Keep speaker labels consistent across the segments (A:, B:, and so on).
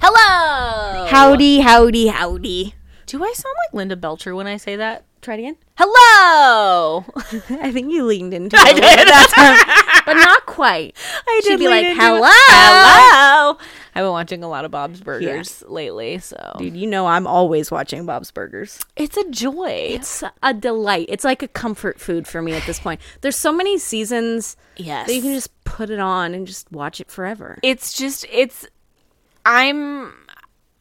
A: Hello.
B: Howdy, howdy, howdy.
A: Do I sound like Linda Belcher when I say that?
B: Try it again.
A: Hello.
B: I think you leaned into it. I did. That time, but not quite.
A: I
B: She'd
A: did
B: be
A: lean
B: like,
A: into it.
B: hello.
A: Hello. I've been watching a lot of Bob's Burgers lately, so
B: Dude, you know I'm always watching Bob's Burgers.
A: it's a joy.
B: It's a delight. It's like a comfort food for me at this point. There's so many seasons
A: yes.
B: that you can just put it on and just watch it forever.
A: it's just it's i'm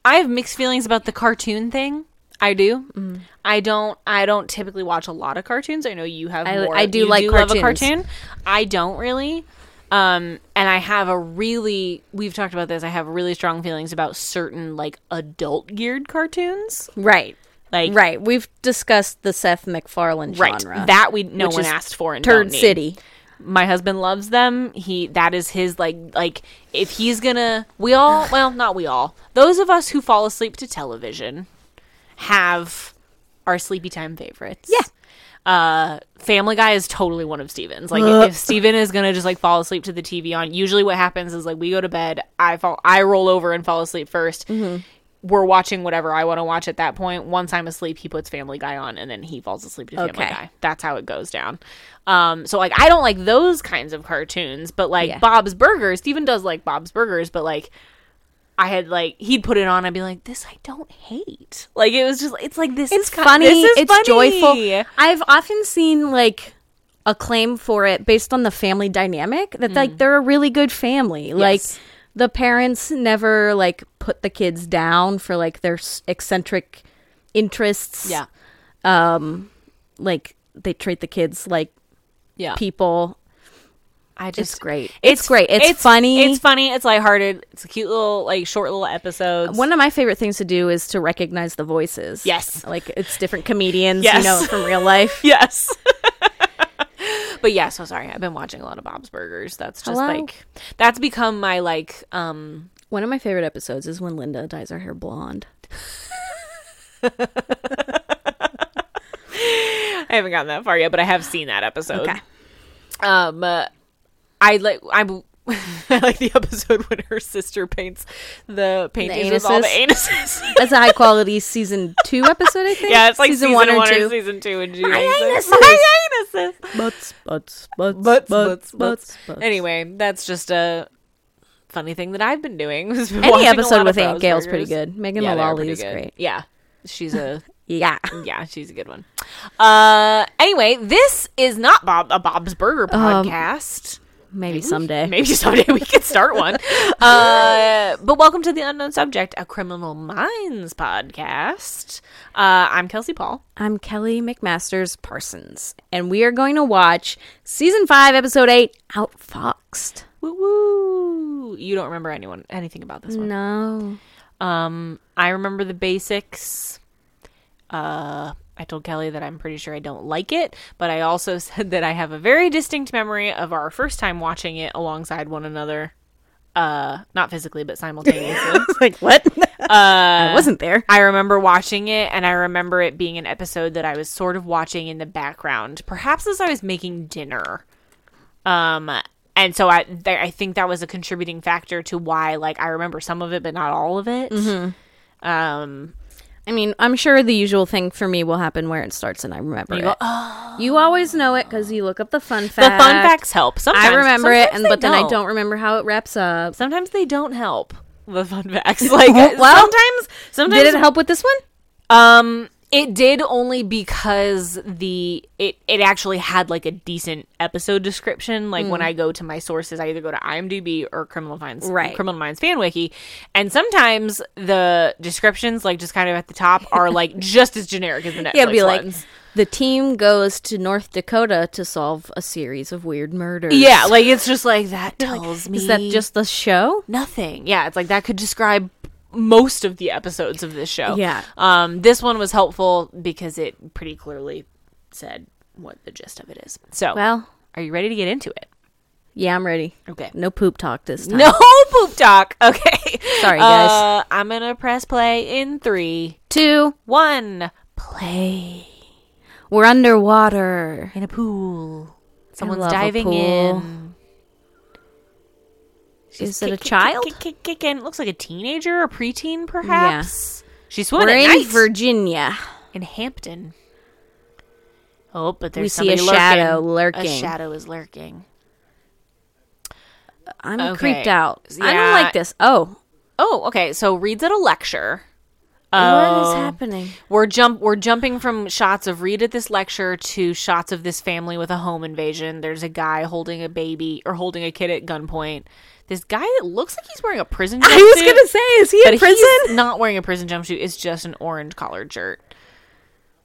A: i have mixed feelings about the cartoon thing i do
B: Mm-hmm.
A: i don't i don't typically watch a lot of cartoons i know you have
B: I-
A: more
B: I do
A: you
B: like
A: love a
B: cartoons.
A: cartoon i don't really um and i have a really we've talked about this i have really strong feelings about certain like adult geared cartoons
B: Right.
A: like
B: Right. We've discussed the Seth MacFarlane
A: right
B: genre.
A: that we no
B: which
A: one
B: is
A: asked for in
B: Turd City.
A: my husband loves them he that is his like like if he's gonna we all well not we all those of us who fall asleep to television have our sleepy time favorites yeah uh family guy is totally one of steven's like if steven is gonna just like fall asleep to the tv on usually what happens is like we go to bed i fall i roll over and fall asleep 1st
B: Mm-hmm.
A: we're watching whatever i want to watch at that point once i'm asleep he puts family guy on and then he falls asleep to family
B: Okay.
A: guy that's how it goes down um so like i don't like those kinds of cartoons but like
B: Yeah.
A: bob's burgers steven does like bob's burgers but like I had like he'd put it on. I'd be like, "This I don't hate." Like it was just, it's like this
B: it's
A: is ki-
B: funny.
A: this is
B: it's
A: funny.
B: joyful. I've often seen like acclaim for it based on the family dynamic that like they're a really good family. Like
A: Mm. Yes.
B: the parents never like put the kids down for like their s- eccentric interests.
A: Yeah,
B: Like they treat the kids like
A: yeah.
B: people.
A: I
B: It's
A: Uh, just
B: great. It's, great. It's, funny.
A: It's funny. It's lighthearted. It's a cute little like short little episodes.
B: one of my favorite things to do is to recognize the voices.
A: Yes.
B: Like it's different comedians, you
A: Yes.
B: know, from real life.
A: yes. but yeah, so sorry. I've been watching a lot of Bob's Burgers. That's just
B: Hello?
A: like that's become my like um
B: One of my favorite episodes is when Linda dyes her hair blonde.
A: I haven't gotten that far yet, but I have seen that episode.
B: Okay.
A: Um uh, I like I'm I like the episode when her sister paints the paintings with all the anuses.
B: That's a high quality season two episode, I think.
A: yeah, it's like season, one, or season two and June.
B: anuses.
A: My anuses.
B: Butts, butts, butts,
A: butts, butts, butts, Anyway, that's just a funny thing that I've been doing. Is been
B: Any
A: watching a
B: episode
A: lot of
B: with Aunt
A: Bob's
B: Gail's
A: Burgers.
B: pretty good. Megan
A: Yeah, they're
B: Mullally
A: pretty
B: is
A: good.
B: great.
A: Yeah, she's a
B: Yeah.
A: yeah, she's a good one. Uh, anyway, this is not Bob a Bob's Burger
B: Um,
A: podcast.
B: Maybe someday.
A: Maybe someday we could start one. Uh, but welcome to the unknown subject, a Criminal Minds podcast. Uh, I'm Kelsey Paul.
B: I'm Kelly McMasters Parsons, and we are going to watch season five, episode eight, Outfoxed.
A: Woo woo! Mm. You don't remember anyone anything about this one.
B: No.
A: Um, I remember the basics. Uh, I told Kelly that I'm pretty sure I don't like it, but I also said that I have a very distinct memory of our first time watching it alongside one another. Uh, not physically, but simultaneously.
B: like, what? I wasn't there.
A: I remember watching it, and I remember it being an episode that I was sort of watching in the background, perhaps as I was making dinner. Um, and so I, th- I think that was a contributing factor to why, like, I remember some of it, but not all of it.
B: Mm-hmm.
A: Um,
B: I mean, I'm sure the usual thing for me will happen where it starts and I remember you it. You always know it because you look up the fun
A: the
B: fact.
A: fun facts help. Sometimes
B: I remember it,
A: sometimes
B: and
A: they
B: but then I don't remember how it wraps up.
A: Sometimes they don't help. The fun facts, like
B: Well,
A: sometimes, sometimes
B: Did it help with this one?
A: Um, it did only because the it it actually had like a decent episode description. Like
B: Hmm.
A: when I go to my sources, I either go to IMDb or Criminal Minds,
B: Right.
A: Criminal Minds fan wiki, and sometimes the descriptions, like just kind of at the top, are like just as generic as the Netflix
B: Yeah, it'd be like
A: ones.
B: the team goes to North Dakota to solve a series of weird murders.
A: yeah, like it's just like that tells me
B: is that just the show?
A: nothing. Yeah, it's like that could describe most of the episodes of this show.
B: Yeah.
A: Um, this one was helpful because it pretty clearly said what the gist of it is. So,
B: Well,
A: are you ready to get into it?
B: yeah, I'm ready.
A: Okay.
B: No poop talk this time.
A: No poop talk. Okay.
B: Sorry, guys.
A: Uh, I'm gonna press play in three,
B: Two,
A: one. Play
B: we're underwater.
A: in a pool. Someone's
B: love a
A: diving
B: pool.
A: in.
B: Is it a
A: Kick, kick,
B: child?
A: Kick, kick, kick, kick, in. Looks like a teenager or preteen, perhaps. She's swimming
B: We're
A: at
B: in
A: night.
B: Virginia.
A: in Hampton. Oh, but there's
B: We see a
A: somebody lurking.
B: shadow
A: A
B: lurking.
A: shadow is lurking.
B: I'm
A: Okay.
B: creeped out. I
A: Yeah.
B: don't like this. Oh,
A: Oh, okay. So Reed's at a lecture.
B: what is
A: Um,
B: happening?
A: We're jump we're jumping from shots of Reed at this lecture to shots of this family with a home invasion. There's a guy holding a baby or holding a kid at gunpoint. This guy that looks like he's wearing a prison jumpsuit.
B: I was gonna say, is he
A: but
B: in prison?
A: He's not wearing a prison jumpsuit. It's just an orange collared shirt.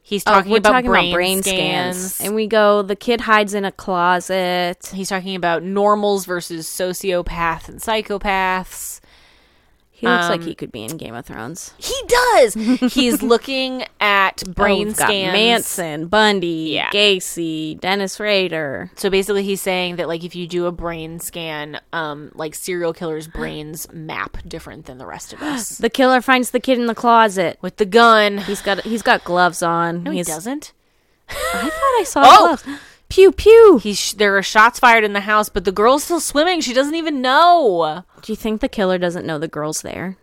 A: He's talking,
B: Oh, We're
A: about,
B: talking
A: brain
B: about brain
A: scans.
B: scans. and we go. The kid hides in a closet.
A: He's talking about normals versus sociopaths and psychopaths.
B: He looks
A: Um,
B: like he could be in Game of Thrones.
A: He does. He's looking at brain
B: Oh, we've got
A: scans.
B: Manson, Bundy,
A: Yeah.
B: Gacy, Dennis Rader.
A: So basically, he's saying that like if you do a brain scan, um, like serial killers' brains map different than the rest of us.
B: The killer finds the kid in the closet.
A: With the gun,
B: He's got he's got gloves on.
A: no, he
B: he's,
A: doesn't.
B: I thought I saw
A: Oh!
B: gloves. Pew pew.
A: He's sh- there are shots fired in the house, but the girl's still swimming. She doesn't even know.
B: Do you think the killer doesn't know the girl's there?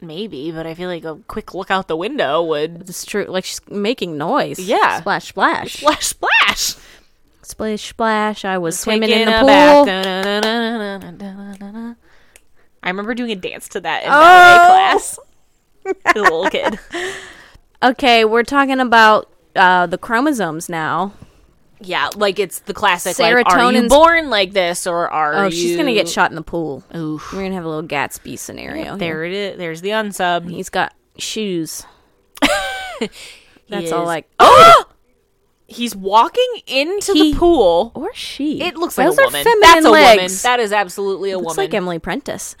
A: Maybe, but I feel like a quick look out the window would
B: It's true. Like she's making noise.
A: Yeah.
B: Splash splash.
A: splash splash.
B: Splash splash. I was swimming in the
A: Taking
B: pool.
A: a bath. Da-na-na-na-na-na-na-na-na-na. I remember doing a dance to that in
B: Oh.
A: ballet class. As a little kid.
B: Okay, we're talking about uh, the chromosomes now.
A: Yeah, like it's the classic. Like, are you
B: Serotonin's-
A: born like this, or are
B: Oh,
A: you?
B: she's gonna get Oh, shot in the pool.
A: Oof.
B: We're gonna have a little Gatsby scenario. here.
A: There it is. There's the unsub.
B: He's got shoes. That's all
A: is-
B: like
A: Oh, he's walking into
B: He-
A: the pool.
B: or she.
A: It looks like
B: Those
A: a
B: are
A: woman.
B: feminine
A: That's a woman.
B: legs.
A: That is absolutely a
B: looks
A: woman.
B: like Emily Prentice.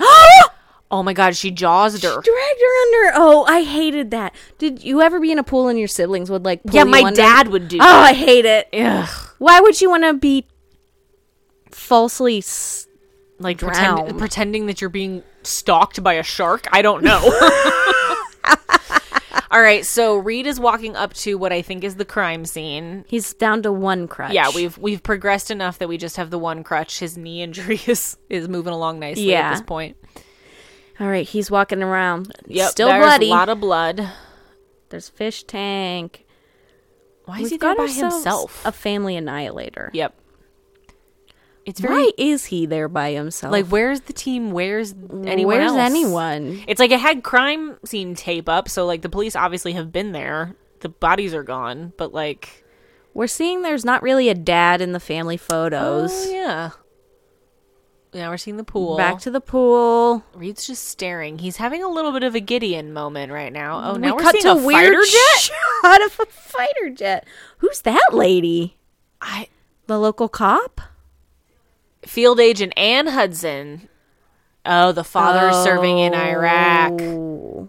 A: oh my god, she jawsed her.
B: dragged her under. Oh, I hated that. Did you ever be in a pool and your siblings would like? Pull
A: Yeah,
B: you
A: my
B: under?
A: dad would do.
B: Oh, I hate it.
A: Ugh.
B: Why would you want to be falsely? S-
A: Like pretend,
B: Drowned.
A: pretending that you're being stalked by a shark. I don't know. All right, so Reed is walking up to what I think is the crime scene.
B: He's down to one crutch.
A: Yeah, we've we've progressed enough that we just have the one crutch. His knee injury is is moving along nicely at
B: Yeah.
A: this point.
B: All right, he's walking around.
A: Yep,
B: still
A: there's
B: bloody.
A: A lot of blood.
B: There's fish tank.
A: Why
B: He's
A: is he there by himself?
B: A family annihilator.
A: yep. It's very
B: Why is he there by himself?
A: like where's the team? Where's anyone?
B: where's
A: else?
B: anyone?
A: It's like it had crime scene tape up, so like the police obviously have been there. The bodies are gone, but like
B: We're seeing there's not really a dad in the family
A: oh,
B: photos.
A: yeah. Now we're seeing the pool.
B: Back to the pool.
A: Reed's just staring. He's having a little bit of a Gideon moment right now. Oh, now
B: we
A: are
B: cut
A: seeing
B: to
A: a
B: a weird
A: fighter jet.
B: shot of a fighter jet. Who's that lady?
A: I
B: The local cop?
A: field agent Anne Hudson. Oh, the father is serving in Iraq.
B: Oh.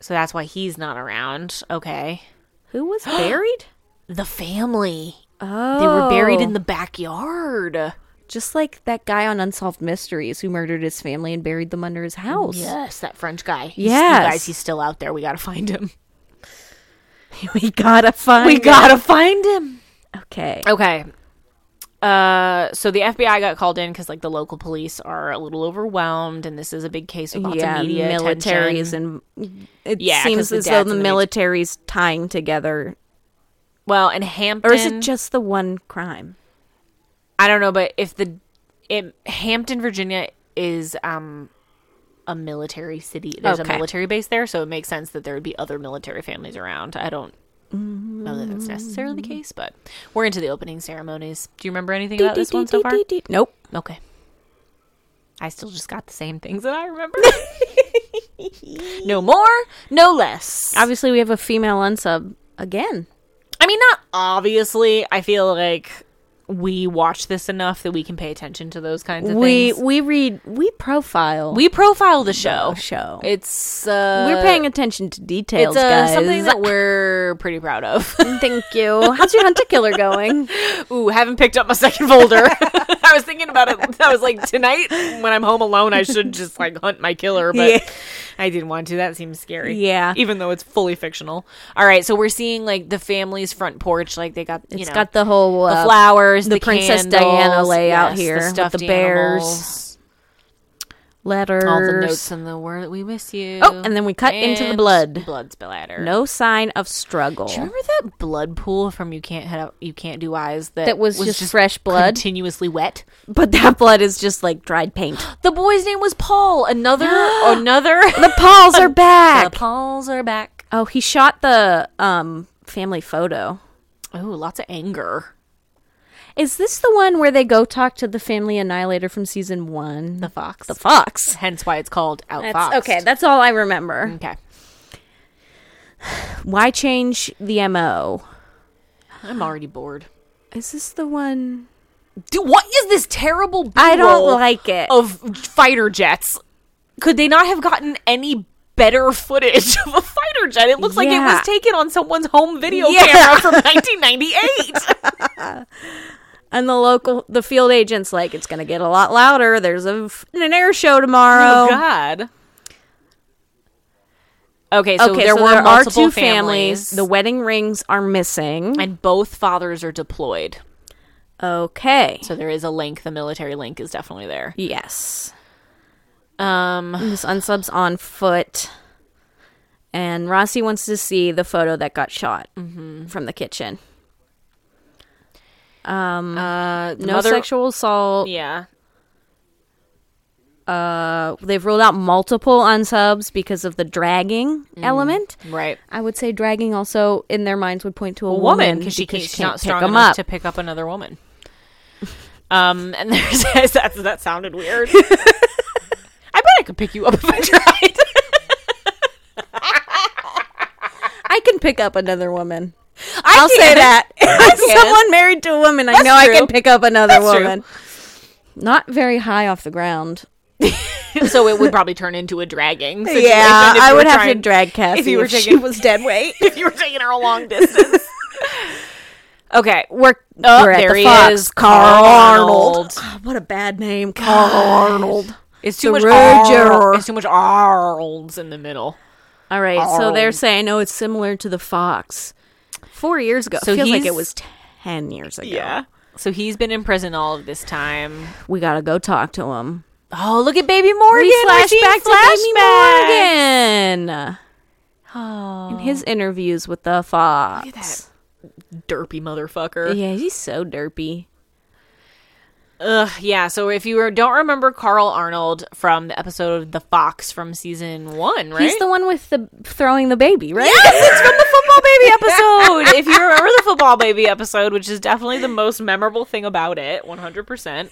A: So that's why he's not around. Okay.
B: Who was buried?
A: The family.
B: Oh,
A: They were buried in the backyard.
B: just like that guy on Unsolved Mysteries who murdered his family and buried them under his house.
A: Yes, that French guy. He's,
B: Yes.
A: You guys, he's still out there. We got to find him.
B: we gotta find.
A: We got to find him.
B: Okay.
A: Okay. Uh, so the FBI got called in because like the local police are a little overwhelmed, and this is a big case with lots
B: yeah,
A: of media
B: military
A: attention.
B: is in. It
A: Yeah, 'cause
B: seems
A: the
B: as though
A: dad's
B: the
A: in the mili-
B: military's tying together,
A: well, and Hampton
B: or is it just the one crime?
A: I don't know, but if the it, Hampton, Virginia is um a military city. There's
B: Okay.
A: a military base there, so it makes sense that there would be other military families around. I don't know that that's necessarily the case, but we're into the opening ceremonies. Do you remember anything about this one so far?
B: Nope.
A: Okay. I still just got the same things that I remember. no more, no less. I,
B: Obviously, we have a female unsub again.
A: I mean, not obviously. I feel like we watch this enough that we can pay attention to those kinds of
B: we
A: things.
B: we read we profile
A: We profile the show.
B: show.
A: It's uh,
B: we're paying attention to details,
A: It's uh,
B: guys.
A: something that we're pretty proud of.
B: Thank you. How's your hunter killer going?
A: Ooh, haven't picked up my second folder. I was thinking about it. I was like, tonight when I'm home alone, I should just like hunt my killer, but
B: Yeah.
A: I didn't want to. That seems scary.
B: Yeah.
A: even though it's fully fictional. All right, so we're seeing like the family's front porch. Like they got, you
B: It's
A: know,
B: got the whole
A: the
B: uh,
A: flowers,
B: the Princess Diana
A: candles,
B: layout
A: yes,
B: here
A: the
B: with
A: stuffed
B: the bears,
A: animals,
B: letters.
A: all the notes and the word "We miss you."
B: Oh, and then we cut into the
A: and
B: blood.
A: blood splatter.
B: No sign of struggle.
A: Do you remember that blood pool from You Can't Head You Can't Do Eyes that,
B: That was just fresh blood?
A: continuously wet?
B: But that blood is just like dried paint.
A: The boy's name was Paul. Another, another.
B: The Pauls are
A: The
B: back.
A: Pauls are back.
B: Oh, he shot the um family photo.
A: Oh, lots of anger.
B: Is this the one where they go talk to the family annihilator from season one?
A: The fox.
B: The fox.
A: Hence why it's called Out
B: That's,
A: Fox.
B: Okay, that's all I remember.
A: okay.
B: Why change the MO?
A: I'm already bored.
B: Is this the one?
A: Dude, what is this terrible?
B: I don't
A: B-roll
B: like it.
A: Of fighter jets. Could they not have gotten any? Better footage of a fighter jet. It looks like it
B: Yeah.
A: was taken on someone's home video
B: Yeah.
A: camera from 1998.
B: And the local, the field agent's like, it's going to get a lot louder. There's a f- an air show tomorrow.
A: Oh God. Okay, so
B: okay,
A: there
B: so
A: were
B: there are
A: multiple
B: two
A: families,
B: families. The wedding rings are missing.
A: and both fathers are deployed.
B: Okay.
A: So there is a link. The military link is definitely there.
B: Yes.
A: Um,
B: This unsub's on foot. And Rossi wants to see the photo that got shot
A: Mm-hmm.
B: from the kitchen. Um,
A: uh, the
B: No
A: mother-
B: sexual assault.
A: Yeah,
B: Uh, they've ruled out multiple unsubs because of the dragging
A: Mm.
B: element.
A: right.
B: I would say dragging also in their minds would point to a,
A: A woman
B: because
A: because she can't, she's not
B: pick
A: strong
B: 'em
A: enough
B: up.
A: to pick up another woman. Um, and there's that. That sounded weird. I bet I could pick you up if I tried.
B: I can pick up another woman.
A: I
B: I'll say
A: can't.
B: that. As
A: can't.
B: someone married to a woman, I know I
A: true.
B: can pick up another
A: That's true.
B: woman. Not very high off the ground.
A: so it would probably turn into a dragging. Situation
B: Yeah,
A: if
B: I
A: you
B: would
A: were
B: have to
A: trying-
B: drag Cassie
A: you were
B: if she
A: taking-
B: was dead weight.
A: if you were taking her a long distance. okay.
B: We're,
A: Oh,
B: we're at
A: there
B: the
A: he
B: Fox.
A: is, Carl Arnold.
B: Oh, what a bad name, Carl Arnold.
A: It's too
B: The
A: much
B: Roger.
A: Ar- It's too much Arlds in the middle.
B: All right, so they're
A: Arnold.
B: saying, oh, it's similar to the Fox. Four years ago.
A: So
B: Feels like
A: he's-
B: it was ten years ago.
A: So he's been in prison all of this time.
B: We got to go talk to him.
A: Oh, look at Baby Morgan. We're seeing flashbacks.
B: Baby Morgan.
A: Oh,
B: In his interviews with the Fox.
A: that derpy motherfucker.
B: Yeah, he's so derpy.
A: Ugh, yeah. So if you don't remember Carl Arnold from the episode of The Fox from season one, right?
B: He's the one with the throwing the baby, right?
A: Yes, it's from the football baby episode. if you remember the football baby episode, which is definitely the most memorable thing about it, one hundred percent.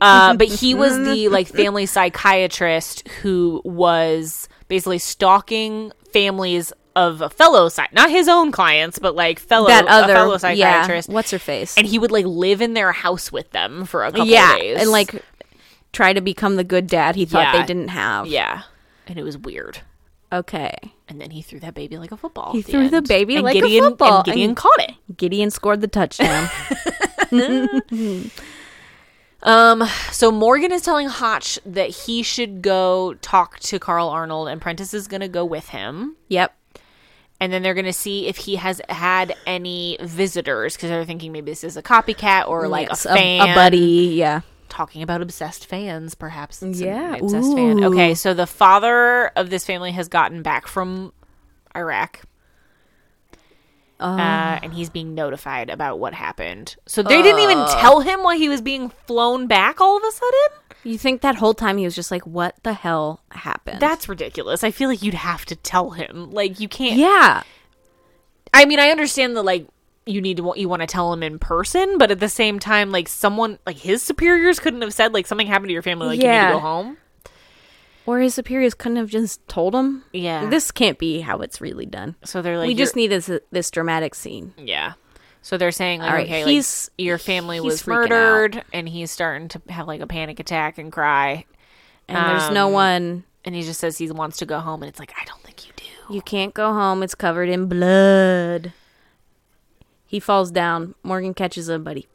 A: Uh, But he was the like family psychiatrist who was basically stalking families of a fellow side, not his own clients, but like fellow
B: That
A: a
B: other
A: fellow
B: yeah,
A: psychiatrist,
B: What's her face?
A: and he would like live in their house with them for a couple
B: yeah,
A: days,
B: and like try to become the good dad he thought
A: Yeah.
B: they didn't have.
A: yeah, and it was weird.
B: Okay.
A: And then he threw that baby like a football.
B: He
A: at
B: threw the
A: end.
B: baby
A: And
B: like a
A: Gideon-
B: football,
A: And Gideon
B: and-
A: caught it.
B: Gideon scored the touchdown.
A: Um, so Morgan is telling Hotch that he should go talk to Carl Arnold, and Prentice is going to go with him.
B: yep.
A: And then they're going to see if he has had any visitors because they're thinking maybe this is a copycat or like
B: Yes,
A: a fan.
B: buddy. Yeah.
A: Talking about obsessed fans, perhaps. It's
B: Yeah,
A: yeah. obsessed fan.
B: ooh.
A: Okay. So the father of this family has gotten back from Iraq. Uh, and he's being notified about what happened. So they didn't even tell him why he was being flown back all of a sudden?
B: You think that whole time he was just like, "What the hell happened?"
A: That's ridiculous. I feel like you'd have to tell him. Like you can't.
B: yeah.
A: I mean, I understand that like you need to want you want to tell him in person, but at the same time, like someone like his superiors couldn't have said like something happened to your family. Like you need
B: Yeah.
A: to go home.
B: Or his superiors couldn't have just told him.
A: Yeah.
B: This can't be how it's really done.
A: So they're like,
B: we just
A: you're-
B: need this this dramatic scene.
A: yeah. So they're saying, like,
B: All right,
A: okay,
B: he's-
A: like, your family
B: he's
A: was
B: freaking out.
A: murdered, and he's starting to have like a panic attack and cry,
B: and there's no
A: Um,
B: one.
A: and he just says he wants to go home, and it's like, I don't think you do.
B: You can't go home. It's covered in blood. He falls down. Morgan catches him, but he,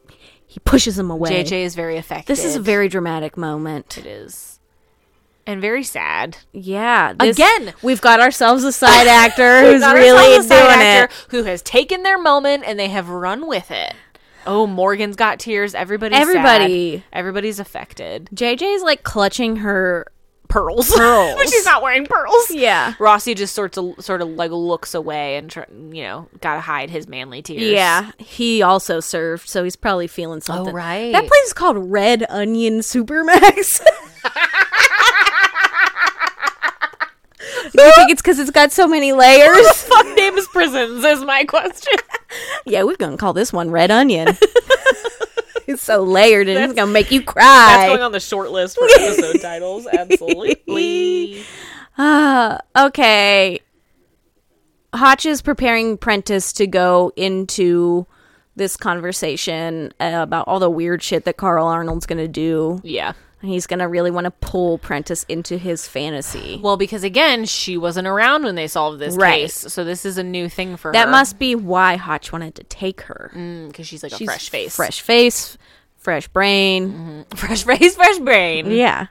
B: he pushes him away.
A: JJ is very affected.
B: This is a very dramatic moment.
A: it is, and very sad.
B: Yeah. this-
A: Again!
B: we've got ourselves a side actor
A: We've
B: who's
A: got
B: really
A: ourselves
B: doing
A: a side actor
B: it.
A: Who has taken their moment and they have run with it. Oh, Morgan's got tears. Everybody's
B: Everybody.
A: sad. everybody's affected.
B: JJ's like clutching her.
A: Pearls, pearls. but she's not wearing pearls.
B: Yeah.
A: Rossi just sorts of sort of like looks away and tr- you know gotta hide his manly tears.
B: Yeah. Oh, He also served, so he's probably feeling something.
A: right.
B: That place is called Red Onion Supermax. you think it's because it's got so many layers?
A: Fuck name is prisons is my question.
B: Yeah, we're gonna call this one red onion. it's so layered and it's gonna make you
A: That's going
B: cry.
A: on the short list for episode titles. Absolutely.
B: Ah, okay. Hotch is preparing Prentice to go into this conversation uh, about all the weird shit that Carl Arnold's gonna do.
A: yeah.
B: And he's gonna really want to pull Prentice into his fantasy.
A: Well, because again, she wasn't around when they solved this
B: Right.
A: case, so this is a new thing for
B: That
A: her.
B: must be why Hotch wanted to take her.
A: because she's like a
B: She's
A: fresh face,
B: fresh face, fresh brain.
A: fresh face, fresh brain.
B: Yeah.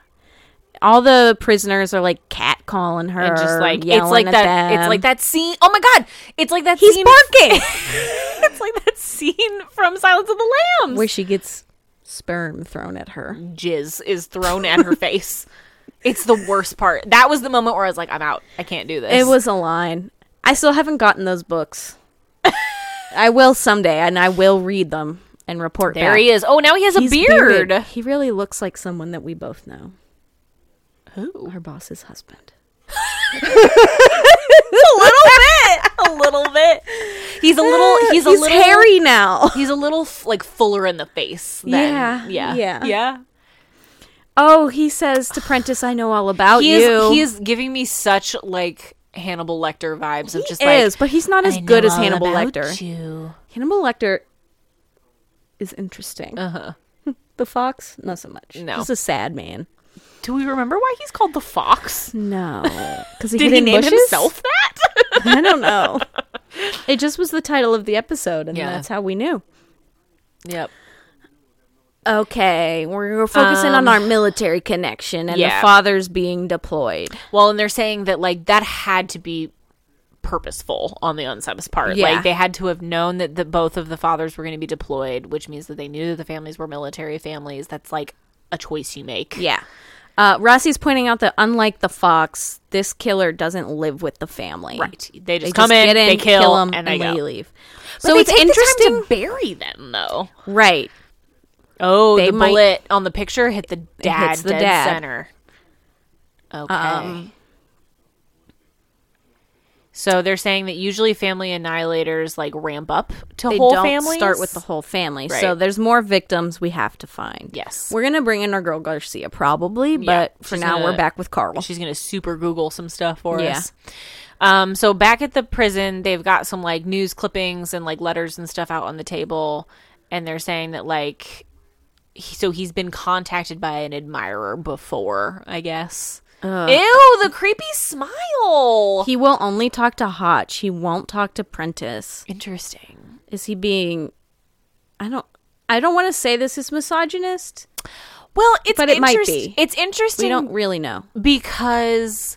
B: All the prisoners are like catcalling her.
A: And just like it's
B: yelling
A: like
B: at
A: that, it's
B: them.
A: like that scene. Oh my god, it's like that.
B: He's
A: scene,
B: barking.
A: it's like that scene from Silence of the Lambs.
B: Where she gets sperm thrown at her.
A: jizz is thrown at her face. It's the worst part. That was the moment where I was like, I'm out. I can't do this.
B: It was a line. I still haven't gotten those books. I will someday, and I will read them and report
A: there
B: back.
A: he is. Oh, now he has a
B: He's
A: beard.
B: bearded. He really looks like someone that we both know. Who? Our boss's husband.
A: A little bit. A little bit. He's a little. Oh, He's a little
B: hairy now.
A: He's a little f- like fuller in the face. Then.
B: Yeah,
A: Yeah.
B: yeah.
A: Yeah.
B: Oh, he says to Prentice, "I know all about
A: He
B: you."
A: is. He is giving me such like Hannibal Lecter vibes of just like.
B: is, but he's not as
A: "I
B: good
A: know
B: as
A: all
B: Hannibal
A: about
B: Lecter.
A: you."
B: Hannibal Lecter is interesting. Uh huh. the fox, not so much.
A: No.
B: he's a sad man.
A: Do we remember why he's called the Fox?
B: No, because he
A: Did
B: hid
A: he
B: in
A: name
B: bushes?
A: himself that?
B: I don't know. It just was the title of the episode, and
A: Yeah.
B: that's how we knew.
A: yep.
B: Okay, we're we're focusing on our military connection and
A: yeah.
B: the father's being deployed.
A: Well, and they're saying that like that had to be purposeful on the Unsub's part.
B: Yeah.
A: Like they had to have known that the, both of the fathers were going to be deployed, which means that they knew that the families were military families. That's like a choice you make.
B: Yeah. Uh, Rossi's pointing out that unlike the fox, this killer doesn't live with the family.
A: Right. They just come in,
B: get
A: they kill,
B: 'em,
A: and they go.
B: leave.
A: But
B: so
A: they
B: it's
A: take the time
B: interesting,
A: to bury them though.
B: right?
A: Oh,
B: They
A: the
B: might-
A: bullet on the picture hit the dad
B: hits the
A: dead
B: dad.
A: center. Okay. so they're saying that usually family annihilators like ramp up to
B: They
A: whole
B: don't
A: families.
B: start with the whole family. So
A: Right.
B: there's more victims we have to find.
A: Yes.
B: we're gonna bring in our girl Garcia probably,
A: Yeah,
B: but for
A: she's
B: now
A: gonna-
B: we're back with Carl.
A: She's gonna super Google some stuff for
B: Yeah.
A: us. Um, so back at the prison, they've got some like news clippings and like letters and stuff out on the table, and they're saying that like, he, so he's been contacted by an admirer before, I guess. Ew, the creepy smile.
B: He will only talk to Hotch. He won't talk to Prentice.
A: Interesting.
B: Is he being? I don't. I don't want to say this is misogynist.
A: Well, it's
B: But it might
A: interest-
B: be.
A: It's
B: We
A: interesting
B: don't really know.
A: because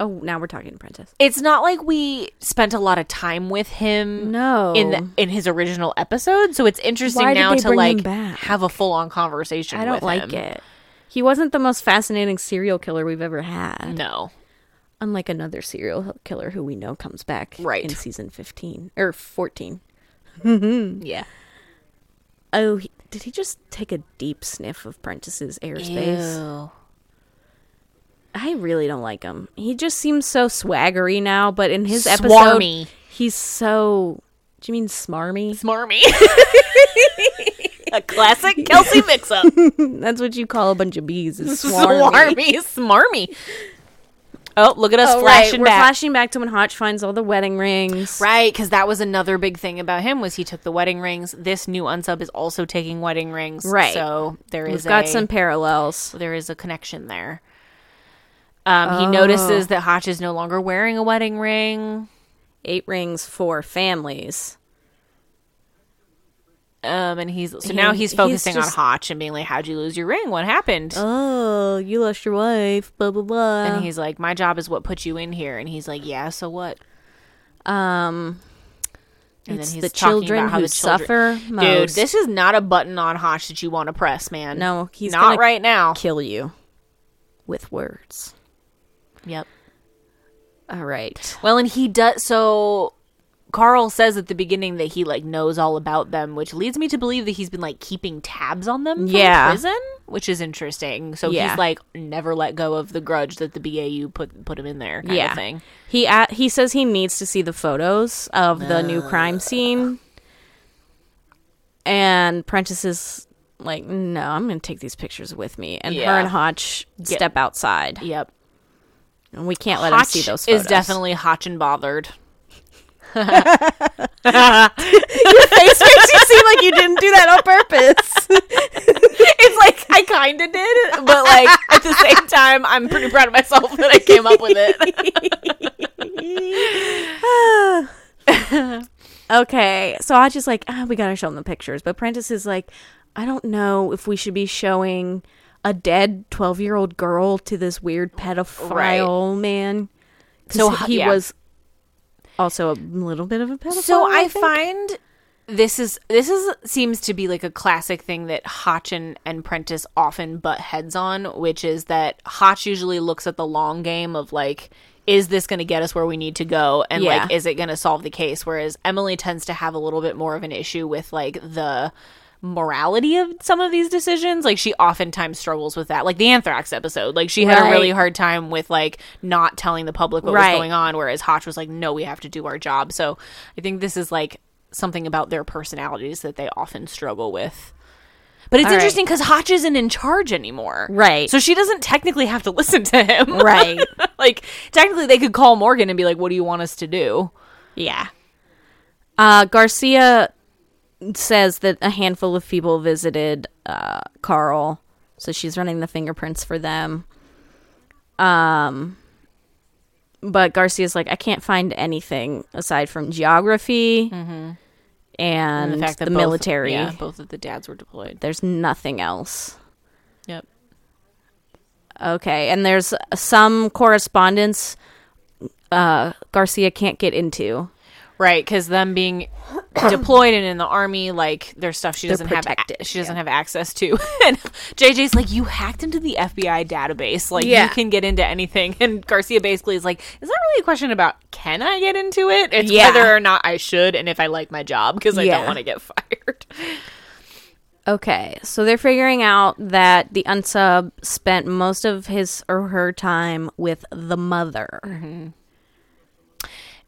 B: Oh, now we're talking to Prentice.
A: it's not like we spent a lot of time with him
B: No.
A: in the, in his original episode so it's interesting
B: Oh. Why did
A: now
B: they
A: to
B: bring him
A: like
B: back?
A: have a full-on conversation
B: I don't
A: with
B: like
A: him.
B: it. He wasn't the most fascinating serial killer we've ever had.
A: no
B: Unlike another serial killer who we know comes back
A: Right.
B: in season 15 or 14.
A: yeah
B: Oh, he, did he just take a deep sniff of Prentice's airspace?
A: Ew.
B: I really don't like him. He just seems so swaggery now, but in his episode
A: Swarmy.
B: he's so Do you mean smarmy?
A: smarmy a classic kelsey mix-up
B: That's what you call a bunch of bees. Is swarmy.
A: swarmy smarmy Oh, look at us
B: Oh, right.
A: flashing
B: We're
A: back.
B: flashing back to when Hotch finds all the wedding rings.
A: Right, because that was another big thing about him was he took the wedding rings. This new unsub is also taking wedding rings,
B: Right.
A: So there
B: We've
A: is
B: got
A: a,
B: some parallels.
A: there is a connection there. Um, He
B: Oh.
A: notices that Hotch is no longer wearing a wedding ring.
B: Eight rings for families.
A: Um, and he's so now
B: He-
A: he's
B: he's
A: focusing
B: just-
A: on Hotch and being like, "How'd you lose your ring? What happened?"
B: Oh, you lost your wife. Blah blah blah.
A: and he's like, "My job is what put you in here." And he's like, "Yeah, so what?"
B: um,
A: And
B: it's
A: then
B: the
A: he's talking
B: children
A: about how
B: who
A: the children-
B: suffer
A: Dude,
B: most.
A: this is not a button on Hotch that you want to press, man.
B: No, he's
A: not
B: gonna
A: right now.
B: kill you with words.
A: Yep.
B: All right.
A: Well, and he does so Carl says at the beginning that he like knows all about them, which leads me to believe that he's been like keeping tabs on them from
B: Yeah.
A: prison, which is interesting. So
B: Yeah.
A: he's like never let go of the grudge that the BAU put put him in there kind
B: yeah.
A: of thing.
B: He a he says he needs to see the photos of the new crime scene. And Prentice is like, no, I'm going to take these pictures with me. And her
A: Yeah.
B: and Hotch step outside.
A: Yep.
B: And we can't let him
A: Hotch
B: see those photos.
A: is definitely hotch and bothered.
B: face makes you seem like you didn't do that on purpose.
A: It's like I kind of did, but like at the same time, I'm pretty proud of myself that I came up with it.
B: okay. So Hotch is like, ah, we got to show him the pictures. But Prentice is like, I don't know if we should be showing a dead 12 year old girl to this weird pedophile man. 'Cause
A: So,
B: he
A: yeah.
B: was also a little bit of a pedophile.
A: So I,
B: think.
A: find this is this is seems to be like a classic thing that Hotch and, and Prentice often butt heads on, which is that Hotch usually looks at the long game of like, is this going to get us where we need to go, and like,
B: Yeah.
A: is it going to solve the case? Whereas Emily tends to have a little bit more of an issue with like the morality of some of these decisions like she oftentimes struggles with that like the anthrax episode like she had a
B: Right.
A: really hard time with like not telling the public what
B: Right.
A: was going on whereas Hotch was like no we have to do our job so I think this is like something about their personalities that they often struggle with but it's
B: All right.
A: interesting because Hotch isn't in charge anymore
B: Right.
A: so she doesn't technically have to listen to him
B: Right.
A: like technically they could call Morgan and be like what do you want us to do
B: Yeah. Uh, Garcia says that a handful of people visited uh, Carl, so she's running the fingerprints for them. Um, but Garcia's like, I can't find anything aside from geography and,
A: Mm-hmm. the fact that
B: the
A: both-
B: military.
A: yeah, both of the dads were deployed
B: There's nothing else.
A: yep
B: Okay, and there's some correspondence uh, Garcia can't get into.
A: Right, because them being deployed and in the army, like their stuff she doesn't have
B: protected,
A: she doesn't have access to. and JJ's like, You hacked into the FBI database. Like
B: Yeah.
A: you can get into anything. And Garcia basically is like, Is that really a question about can I get into it? It's
B: Yeah.
A: whether or not I should and if I like my job because I
B: Yeah.
A: don't want to get fired.
B: Okay, so they're figuring out that the unsub spent most of his or her time with the mother.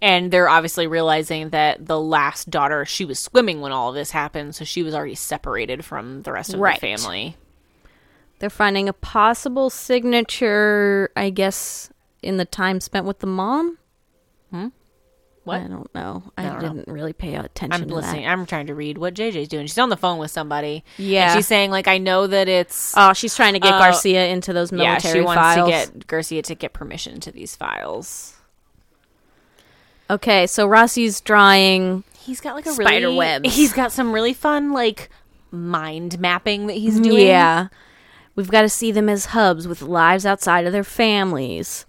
A: And they're obviously realizing that the last daughter, she was swimming when all of this happened, so she was already separated from the rest of
B: Right.
A: the family.
B: They're finding a possible signature, I guess, in the time spent with the mom.
A: Hmm? What?
B: I don't know. I,
A: don't know.
B: didn't really pay attention
A: I'm
B: to
A: listening.
B: that.
A: I'm trying to read what JJ's doing. She's on the phone with somebody.
B: Yeah.
A: And she's saying, like, I know that it's.
B: Oh, she's trying to get
A: Uh,
B: Garcia into those
A: yeah,
B: military
A: she wants
B: files.
A: to get Garcia to get permission to these files.
B: okay, so Rossi's drawing.
A: He's got like a
B: Spider
A: really,
B: webs.
A: He's got some really fun, like, mind mapping that he's doing.
B: Yeah. We've got to see them as hubs with lives outside of their families.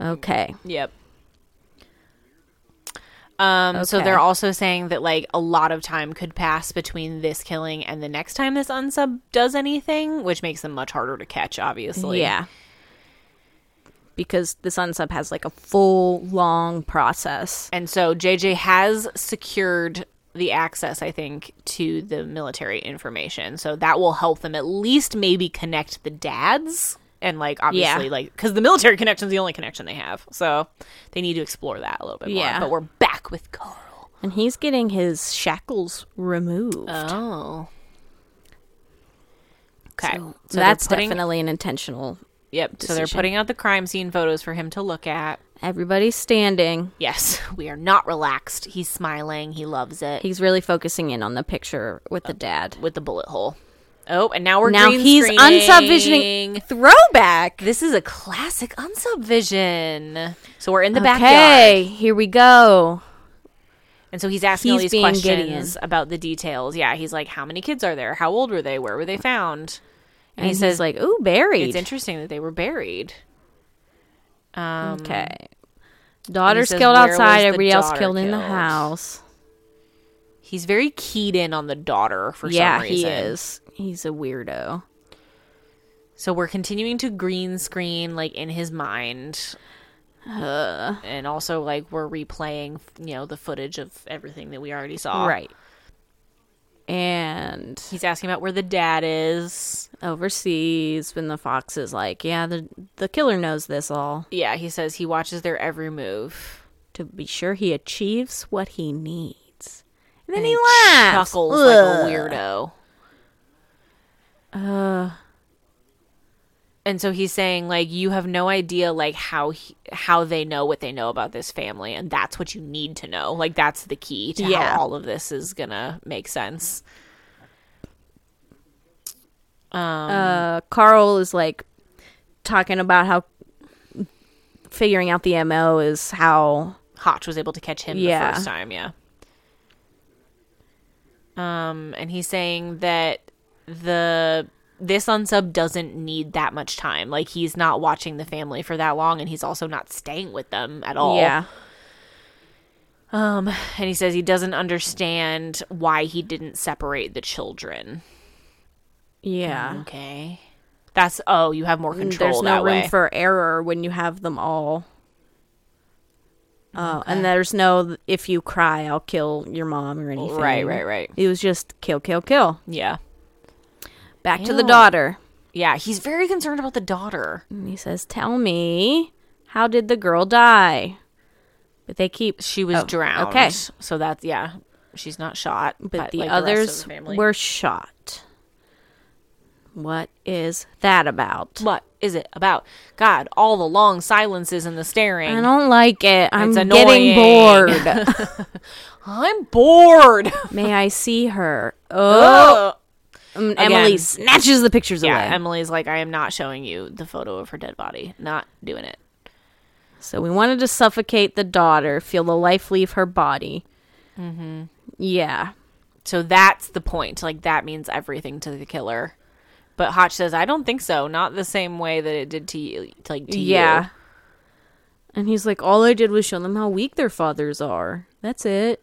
B: Okay.
A: Yep. Um, So
B: Okay.
A: they're also saying that like a lot of time could pass between this killing and the next time this unsub does anything, which makes them much harder to catch. Obviously,
B: Yeah. Because the unsub has like a full long process.
A: And so JJ has secured the access, I think, to the military information. So that will help them at least maybe connect the dads. And like obviously
B: Yeah.
A: like because the military connection's the only connection they have, so they need to explore that a little bit more.
B: Yeah.
A: But we're back with Carl.
B: And he's getting his shackles removed.
A: Oh, okay.
B: So
A: So they're
B: that's
A: putting-
B: definitely an intentional
A: Yep. So they're
B: decision.
A: putting out the crime scene photos for him to look at.
B: Everybody's standing.
A: Yes, we are not relaxed. He's smiling. He loves it
B: He's really focusing in on the picture with the dad.
A: with the bullet hole. Oh, and now we're
B: Now
A: green
B: he's
A: screening.
B: unsubvisioning throwback.
A: This is a classic unsubvision. So we're in the backyard,
B: Okay, here we go.
A: and so he's asking all
B: He's
A: these
B: being
A: questions
B: Gideon.
A: about the details. Yeah, he's like, "How many kids are there? How old were they? Where were they found?"
B: And, he says like, "Ooh, buried."
A: It's interesting that they were buried. Um,
B: okay. Daughter's
A: Mm. says,
B: killed
A: "Where was
B: outside.
A: the
B: Everybody else
A: daughter
B: killed, in the
A: killed?"
B: house.
A: he's very keyed in on the daughter for
B: yeah,
A: some reason.
B: he is. He's a weirdo.
A: So we're continuing to green screen like in his mind. and also like we're replaying, you know, the footage of everything that we already saw.
B: Right. And
A: He's asking about where the dad is.
B: overseas, when the fox is like, "Yeah, the the killer knows this all
A: Yeah, he says he watches their every move.
B: to be sure he achieves what he needs." And then
A: And
B: he, laughs.
A: chuckles
B: Ugh.
A: like a weirdo.
B: Uh,
A: And so he's saying like you have no idea like how he, how they know what they know about this family and that's what you need to know. Like that's the key to
B: Yeah.
A: how all of this is going to make sense.
B: uh, Carl is like talking about how figuring out the MO is how
A: Hotch was able to catch him
B: Yeah.
A: the first time, yeah. Um, and he's saying that the this unsub doesn't need that much time. Like he's not watching the family for that long, and he's also not staying with them at all.
B: yeah
A: Um, and he says he doesn't understand why he didn't separate the children.
B: yeah
A: Okay, that's oh, you have more Mm-hmm. control
B: Mm, there's
A: that
B: no room
A: way.
B: for error when you have them all uh, and there's no if you cry i'll kill your mom or anything
A: right, right, right.
B: it was just kill kill kill
A: Yeah,
B: back to the
A: Ew.
B: daughter
A: yeah. He's very concerned about the daughter.
B: and he says tell me how did the girl die but they keep
A: She was
B: Oh,
A: drowned.
B: okay.
A: So that's yeah. She's not shot,
B: but the
A: like, rest of
B: others
A: the family.
B: were shot what is that about
A: What is it about? God, all the long silences and the staring.
B: i don't like it i'm
A: It's
B: getting
A: annoying.
B: bored
A: I'm bored.
B: may i see her oh Um, Emily
A: Again.
B: snatches the pictures
A: yeah,
B: away.
A: Emily's like, I am not showing you the photo of her dead body. Not doing it.
B: so we wanted to suffocate the daughter, feel the life leave her body. Mm-hmm. Yeah.
A: So that's the point. Like that means everything to the killer. But Hotch says, I don't think so. Not the same way that it did to you. To, like to
B: yeah.
A: you.
B: And he's like, all I did was show them how weak their fathers are. That's it.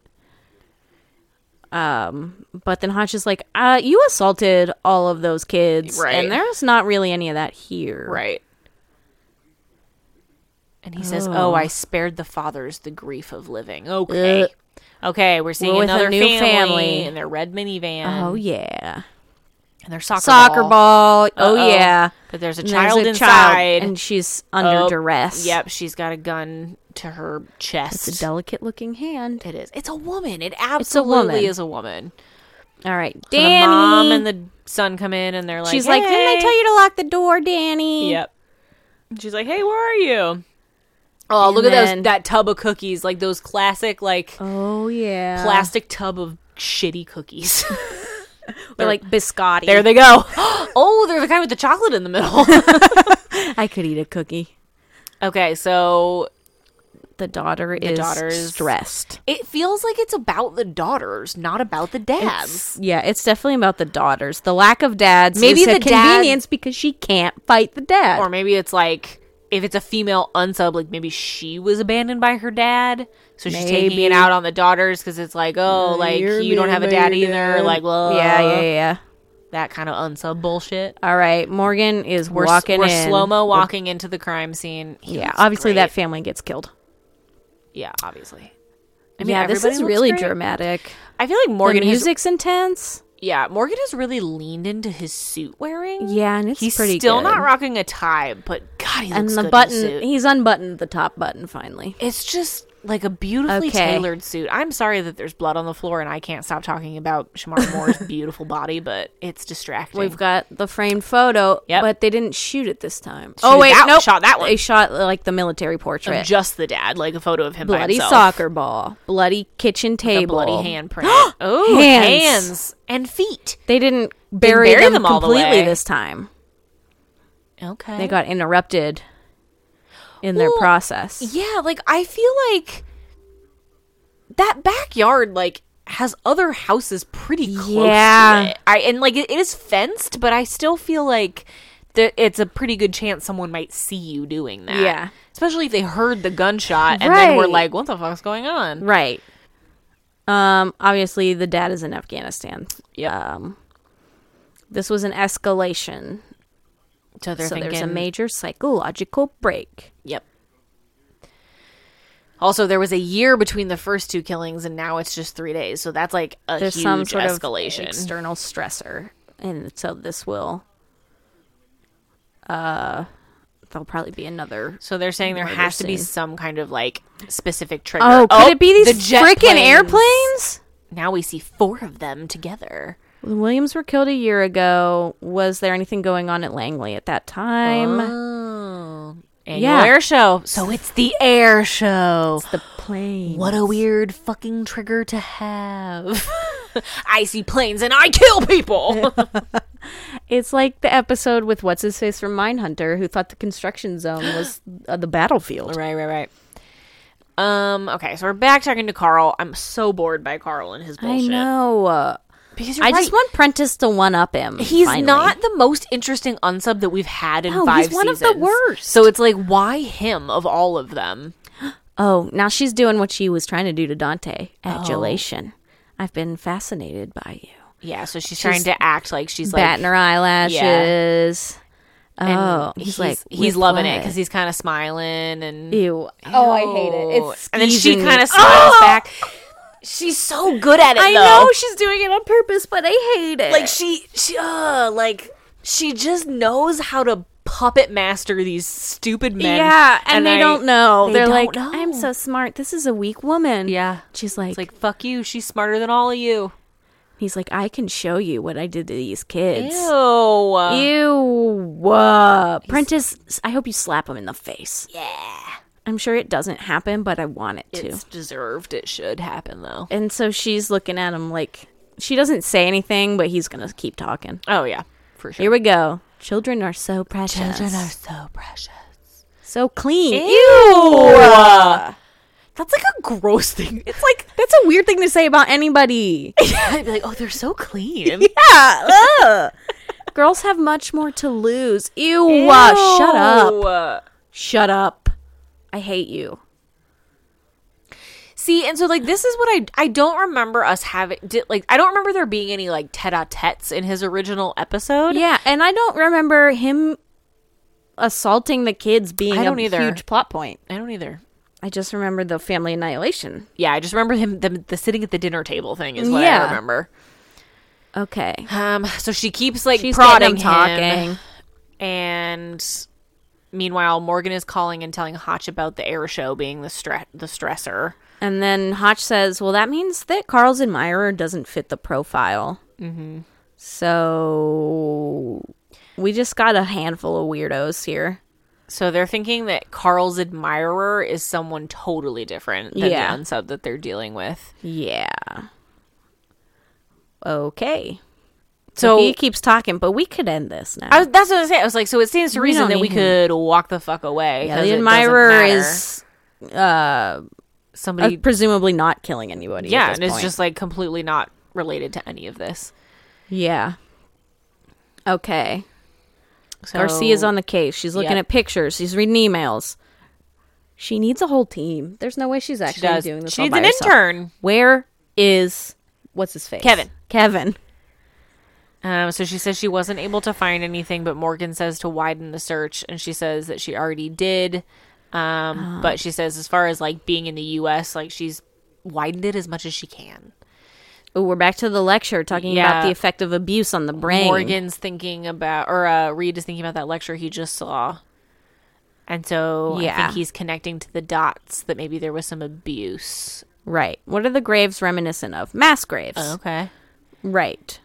B: Um, but then Hotch is like, uh, you assaulted all of those kids,
A: Right.
B: and there's not really any of that here.
A: Right. And he says,
B: Oh.
A: "Oh, I spared the fathers the grief of living." Okay.
B: Ugh.
A: Okay, we're seeing
B: We're with a
A: another
B: new
A: family,
B: family.
A: in their red minivan
B: Oh yeah.
A: and their soccer,
B: Soccer ball. Oh
A: Uh-oh.
B: yeah.
A: But there's a
B: And
A: child
B: there's a
A: inside.
B: and she's under
A: Oh,
B: duress.
A: Yep, she's got a gun to her chest.
B: It's a delicate looking hand.
A: it is. It's a woman. It
B: a
A: absolutely
B: woman.
A: is a woman.
B: All right,
A: And
B: Danny.
A: The mom and the son come in and they're like,
B: She's like, didn't I
A: "Hey."
B: tell you to lock the door, Danny?
A: Yep. And She's like, "Hey, where are you?" Oh,
B: And
A: look at
B: then-
A: those that tub of cookies, like those classic like
B: Oh yeah.
A: plastic tub of shitty cookies.
B: They're like biscotti.
A: there they go. oh, they're the kind with the chocolate in the middle.
B: I could eat a cookie.
A: okay, so
B: The daughter is
A: daughter is-
B: stressed.
A: it feels like it's about the daughters, not about the dads.
B: Yeah, it's definitely about the daughters. The lack of dads.
A: Maybe
B: is a
A: the dad-
B: convenience because she can't fight the dad.
A: Or maybe it's like if it's a female unsub, like maybe she was abandoned by her dad, so she's taking it
B: Maybe.
A: out on the daughters because it's like, oh, like
B: You're
A: you don't
B: abandoned
A: have a
B: by
A: dad
B: your
A: either,
B: dad.
A: like well,
B: yeah, yeah, yeah.
A: that kind of unsub bullshit.
B: All right, Morgan is
A: We're,
B: walking
A: we're
B: in.
A: slow mo walking into the crime scene. He
B: Yeah,
A: looks
B: obviously
A: great.
B: that family gets killed.
A: yeah, obviously. I
B: yeah, this
A: everybody
B: is
A: looks
B: really
A: great.
B: dramatic.
A: I feel like Morgan
B: the
A: has
B: music's intense.
A: Yeah, Morgan has really leaned into his suit wearing.
B: Yeah, and it's
A: he's
B: pretty
A: still
B: good.
A: not rocking a tie, but God, he
B: and
A: looks
B: the
A: good in a
B: button
A: suit.
B: he's unbuttoned the top button finally
A: It's just like a beautifully
B: Okay.
A: tailored suit. I'm sorry that there's blood on the floor and I can't stop talking about Shamar Moore's beautiful body, but it's distracting.
B: We've got the framed photo,
A: Yep.
B: but they didn't shoot it this time. Oh,
A: Shoot that- shot that one.
B: They shot uh, like the military
A: Of
B: portrait.
A: just the dad, like a photo of him by
B: bloody
A: himself.
B: soccer ball, bloody kitchen
A: The
B: table,
A: bloody handprint. oh,
B: Hands.
A: hands. and feet.
B: They didn't bury,
A: bury
B: them,
A: them all the
B: completely
A: way.
B: this time.
A: Okay.
B: They got interrupted in their
A: Well,
B: process.
A: Yeah, like I feel like that backyard like has other houses pretty close
B: Yeah.
A: to it. I and like it, it is fenced, but I still feel like that it's a pretty good chance someone might see you doing that.
B: Yeah.
A: Especially if they heard the gunshot and then were
B: Right.
A: like, "What the fuck's going on?"
B: Right. Um obviously the dad is in Afghanistan.
A: Yep.
B: Um this was an escalation.
A: So they're
B: so
A: thinking
B: there's a major psychological break.
A: Yep. Also, there was a year between the first two killings, and now it's just three days. So that's like a
B: There's
A: huge
B: some sort
A: escalation.
B: of external stressor and so this will uh there'll probably be another
A: So they're saying there
B: murder
A: has to be
B: scene.
A: some kind of like specific trigger.
B: Oh, could it be
A: the
B: these
A: jet
B: freaking
A: planes.
B: airplanes?
A: Now we see four of them together.
B: The Williams were killed a year ago. Was there anything going on at Langley at that time?
A: Oh, annual
B: Yeah.
A: air show. So it's the air show.
B: It's the plane.
A: What a weird fucking trigger to have. I see planes and I kill people.
B: It's like the episode with what's his face from Mindhunter, who thought the construction zone was uh, the battlefield.
A: right, right, right. Um. Okay, so we're back talking to Carl. I'm so bored by Carl and his bullshit.
B: I know. uh,
A: Because you're
B: I
A: right.
B: just want Prentice to one up him.
A: He's
B: finally.
A: not the most interesting unsub that we've had in
B: No,
A: five
B: he's one of the
A: seasons.
B: worst.
A: So it's like, why him of all of them?
B: Oh, now she's doing what she was trying to do to Dante. Adulation. I've been fascinated by you.
A: Yeah, so she's, trying to act like she's like,
B: Batting her eyelashes. Oh,
A: and
B: he's, like
A: he's
B: with
A: loving it
B: what?
A: because he's kind of smiling and
B: Ew. Oh, I hate it. It's
A: and then she
B: skeezing
A: kind
B: me.
A: of smiles
B: Oh!
A: back. She's so good at it.
B: I
A: though.
B: know she's doing it on purpose, but I hate it.
A: like she she uh like she just knows how to puppet master these stupid men.
B: yeah, and, they
A: I-
B: don't know.
A: they
B: They are
A: don't
B: like,
A: know.
B: I'm so smart. This is a weak woman.
A: Yeah.
B: she's like,
A: It's like fuck you. She's smarter than all of you.
B: he's like, I can show you what I did to these kids.
A: Ew.
B: Ew. Uh, Prentice, I hope you slap him in the face. Yeah. I'm sure it doesn't happen, but I want it to.
A: It's deserved. It should happen though.
B: and so she's looking at him like she doesn't say anything, but he's gonna keep talking.
A: Oh yeah, for sure.
B: Here we go. Children are so precious.
A: so precious.
B: so clean.
A: That's like a gross thing. It's like
B: That's a weird thing to say about anybody.
A: I'd be like, oh, they're so clean.
B: yeah. ugh. Girls have much more to lose. Ew. uh, shut up. Shut up. I hate you.
A: See, and so like this is what I I don't remember us having did, like I don't remember there being any like tete-a-tetes in his original episode.
B: Yeah, and I don't remember him assaulting the kids being
A: I don't
B: a
A: either.
B: huge plot point.
A: I don't either.
B: I just remember the family annihilation.
A: Yeah, I just remember him the, the sitting at the dinner table thing is what
B: Yeah.
A: I remember.
B: Okay.
A: Um, so she keeps like
B: She's
A: prodding
B: prodding
A: him,
B: talking.
A: and meanwhile Morgan is calling and telling Hotch about the air show being the stre- the stressor.
B: And then Hotch says, Well, that means that Carl's admirer doesn't fit the profile. Mm-hmm. So we just got a handful of weirdos here.
A: So they're thinking that Carl's admirer is someone totally different than
B: Yeah.
A: the unsub that they're dealing with.
B: Yeah. Okay. So
A: So
B: he keeps talking, but we could end this now.
A: I was, that's what I was saying. I was like, so it stands to
B: We
A: reason
B: don't
A: that we
B: need
A: could walk the fuck away.
B: Yeah,
A: 'cause
B: the
A: it doesn't
B: admirer
A: matter.
B: is uh,
A: somebody.
B: presumably not killing anybody. at
A: yeah,
B: this
A: and it's
B: point.
A: just like completely not related to any of this.
B: Yeah. Okay.
A: So,
B: Garcia's on the case. She's looking
A: Yep.
B: at pictures. She's reading emails. She needs a whole team. There's no way she's
A: She
B: actually
A: does.
B: doing this.
A: She
B: all
A: needs
B: by
A: an
B: herself.
A: intern.
B: Where is what's his face?
A: Kevin.
B: Kevin.
A: Um, so she says she wasn't able to find anything, but Morgan says to widen the search, and she says that she already did. Um, but she says, as far as like being in the U.S., like she's widened it as much as she can.
B: Oh, we're back to the lecture talking
A: Yeah.
B: about the effect of abuse on the brain.
A: Morgan's thinking about, or uh, Reed is thinking about that lecture he just saw. And so I
B: Yeah.
A: think he's connecting to the dots that maybe there was some abuse.
B: Right. What are the graves reminiscent of? Mass graves.
A: Okay.
B: Right.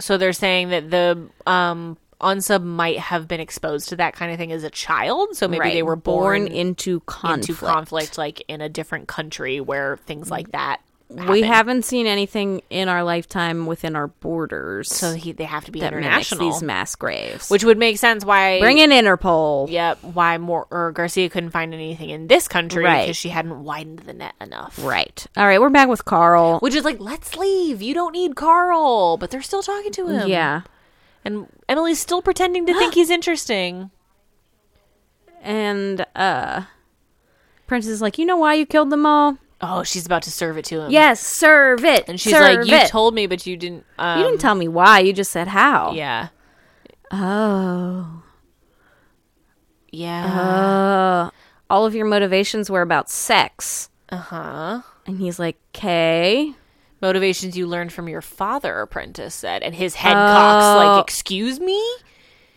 A: So they're saying that the um Unsub might have been exposed to that kind of thing as a child, so maybe
B: right.
A: they were born,
B: into conflict.
A: into conflict like in a different country where things like that
B: We
A: happen.
B: haven't seen anything in our lifetime within our borders
A: so he, they have to be
B: that mimics
A: international,
B: these mass graves.
A: which would make sense why
B: Bring in Interpol.
A: Yep. Why more or Garcia couldn't find anything in this country because
B: Right.
A: she hadn't widened the net enough.
B: Right. All right. We're back with Carl.
A: Which is like, let's leave. You don't need Carl, but they're still talking to him.
B: yeah.
A: And Emily's still pretending to think he's interesting.
B: And uh Prince is like, you know why you killed them all?
A: Oh, she's about to serve it to him.
B: Yes, serve it.
A: And she's
B: serve
A: like, you
B: it."
A: told me, but you didn't. Um,
B: You didn't tell me why, you just said how.
A: Yeah.
B: Oh.
A: Yeah.
B: Uh all of your motivations were about sex.
A: Uh huh.
B: And he's like, Okay.
A: Motivations you learned from your father, Apprentice said, and his head cocks
B: Oh.
A: like, "Excuse me."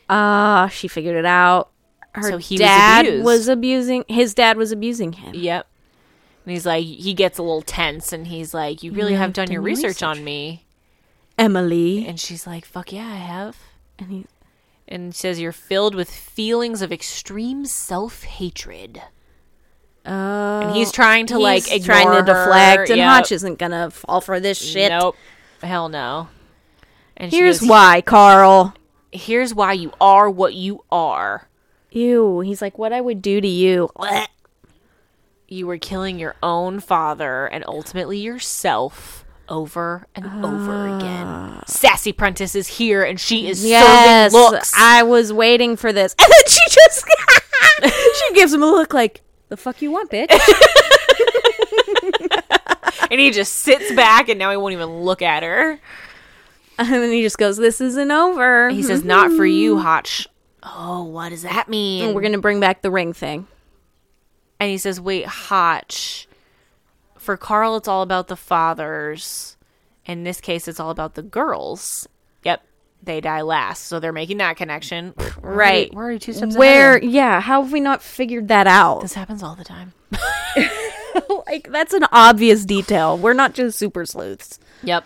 B: Ah, she figured it out. Her
A: So he was
B: dad
A: abused.
B: was abusing his dad was abusing him.
A: Yep. And he's like, he gets a little tense, and he's like, "You really have done your research on me."
B: Emily.
A: And she's like, fuck yeah, I have.
B: And he
A: And says, you're filled with feelings of extreme self hatred.
B: Oh.
A: And he's trying to, like,
B: He's
A: ignore
B: trying to deflect,
A: her.
B: and
A: Yep.
B: Hotch isn't gonna fall for this shit.
A: Nope. Hell no. And she
B: Here's
A: goes,
B: why, Carl.
A: Here's why you are what you are.
B: Ew. He's like, what I would do to you. Blech.
A: You were killing your own father and ultimately yourself over and over
B: Ah.
A: again. Sassy Prentice is here and she is
B: Yes.
A: serving looks.
B: I was waiting for this. And then she just she gives him a look like, the fuck you want, bitch?
A: and he just sits back and now he won't even look at her.
B: and then he just goes, This isn't over.
A: He says, not for
B: Mm-hmm.
A: you, Hotch. Oh, what does that mean?
B: And we're gonna bring back the ring thing.
A: and he says, "Wait, Hotch. For Carl, it's all about the fathers. In this case, it's all about the girls. Yep, they die last, so they're making that connection. We're already-
B: Right.
A: we're already two steps
B: Where
A: ahead.
B: yeah, how have we not figured that out?
A: this happens all the time.
B: like that's an obvious detail. We're not just super sleuths.
A: Yep.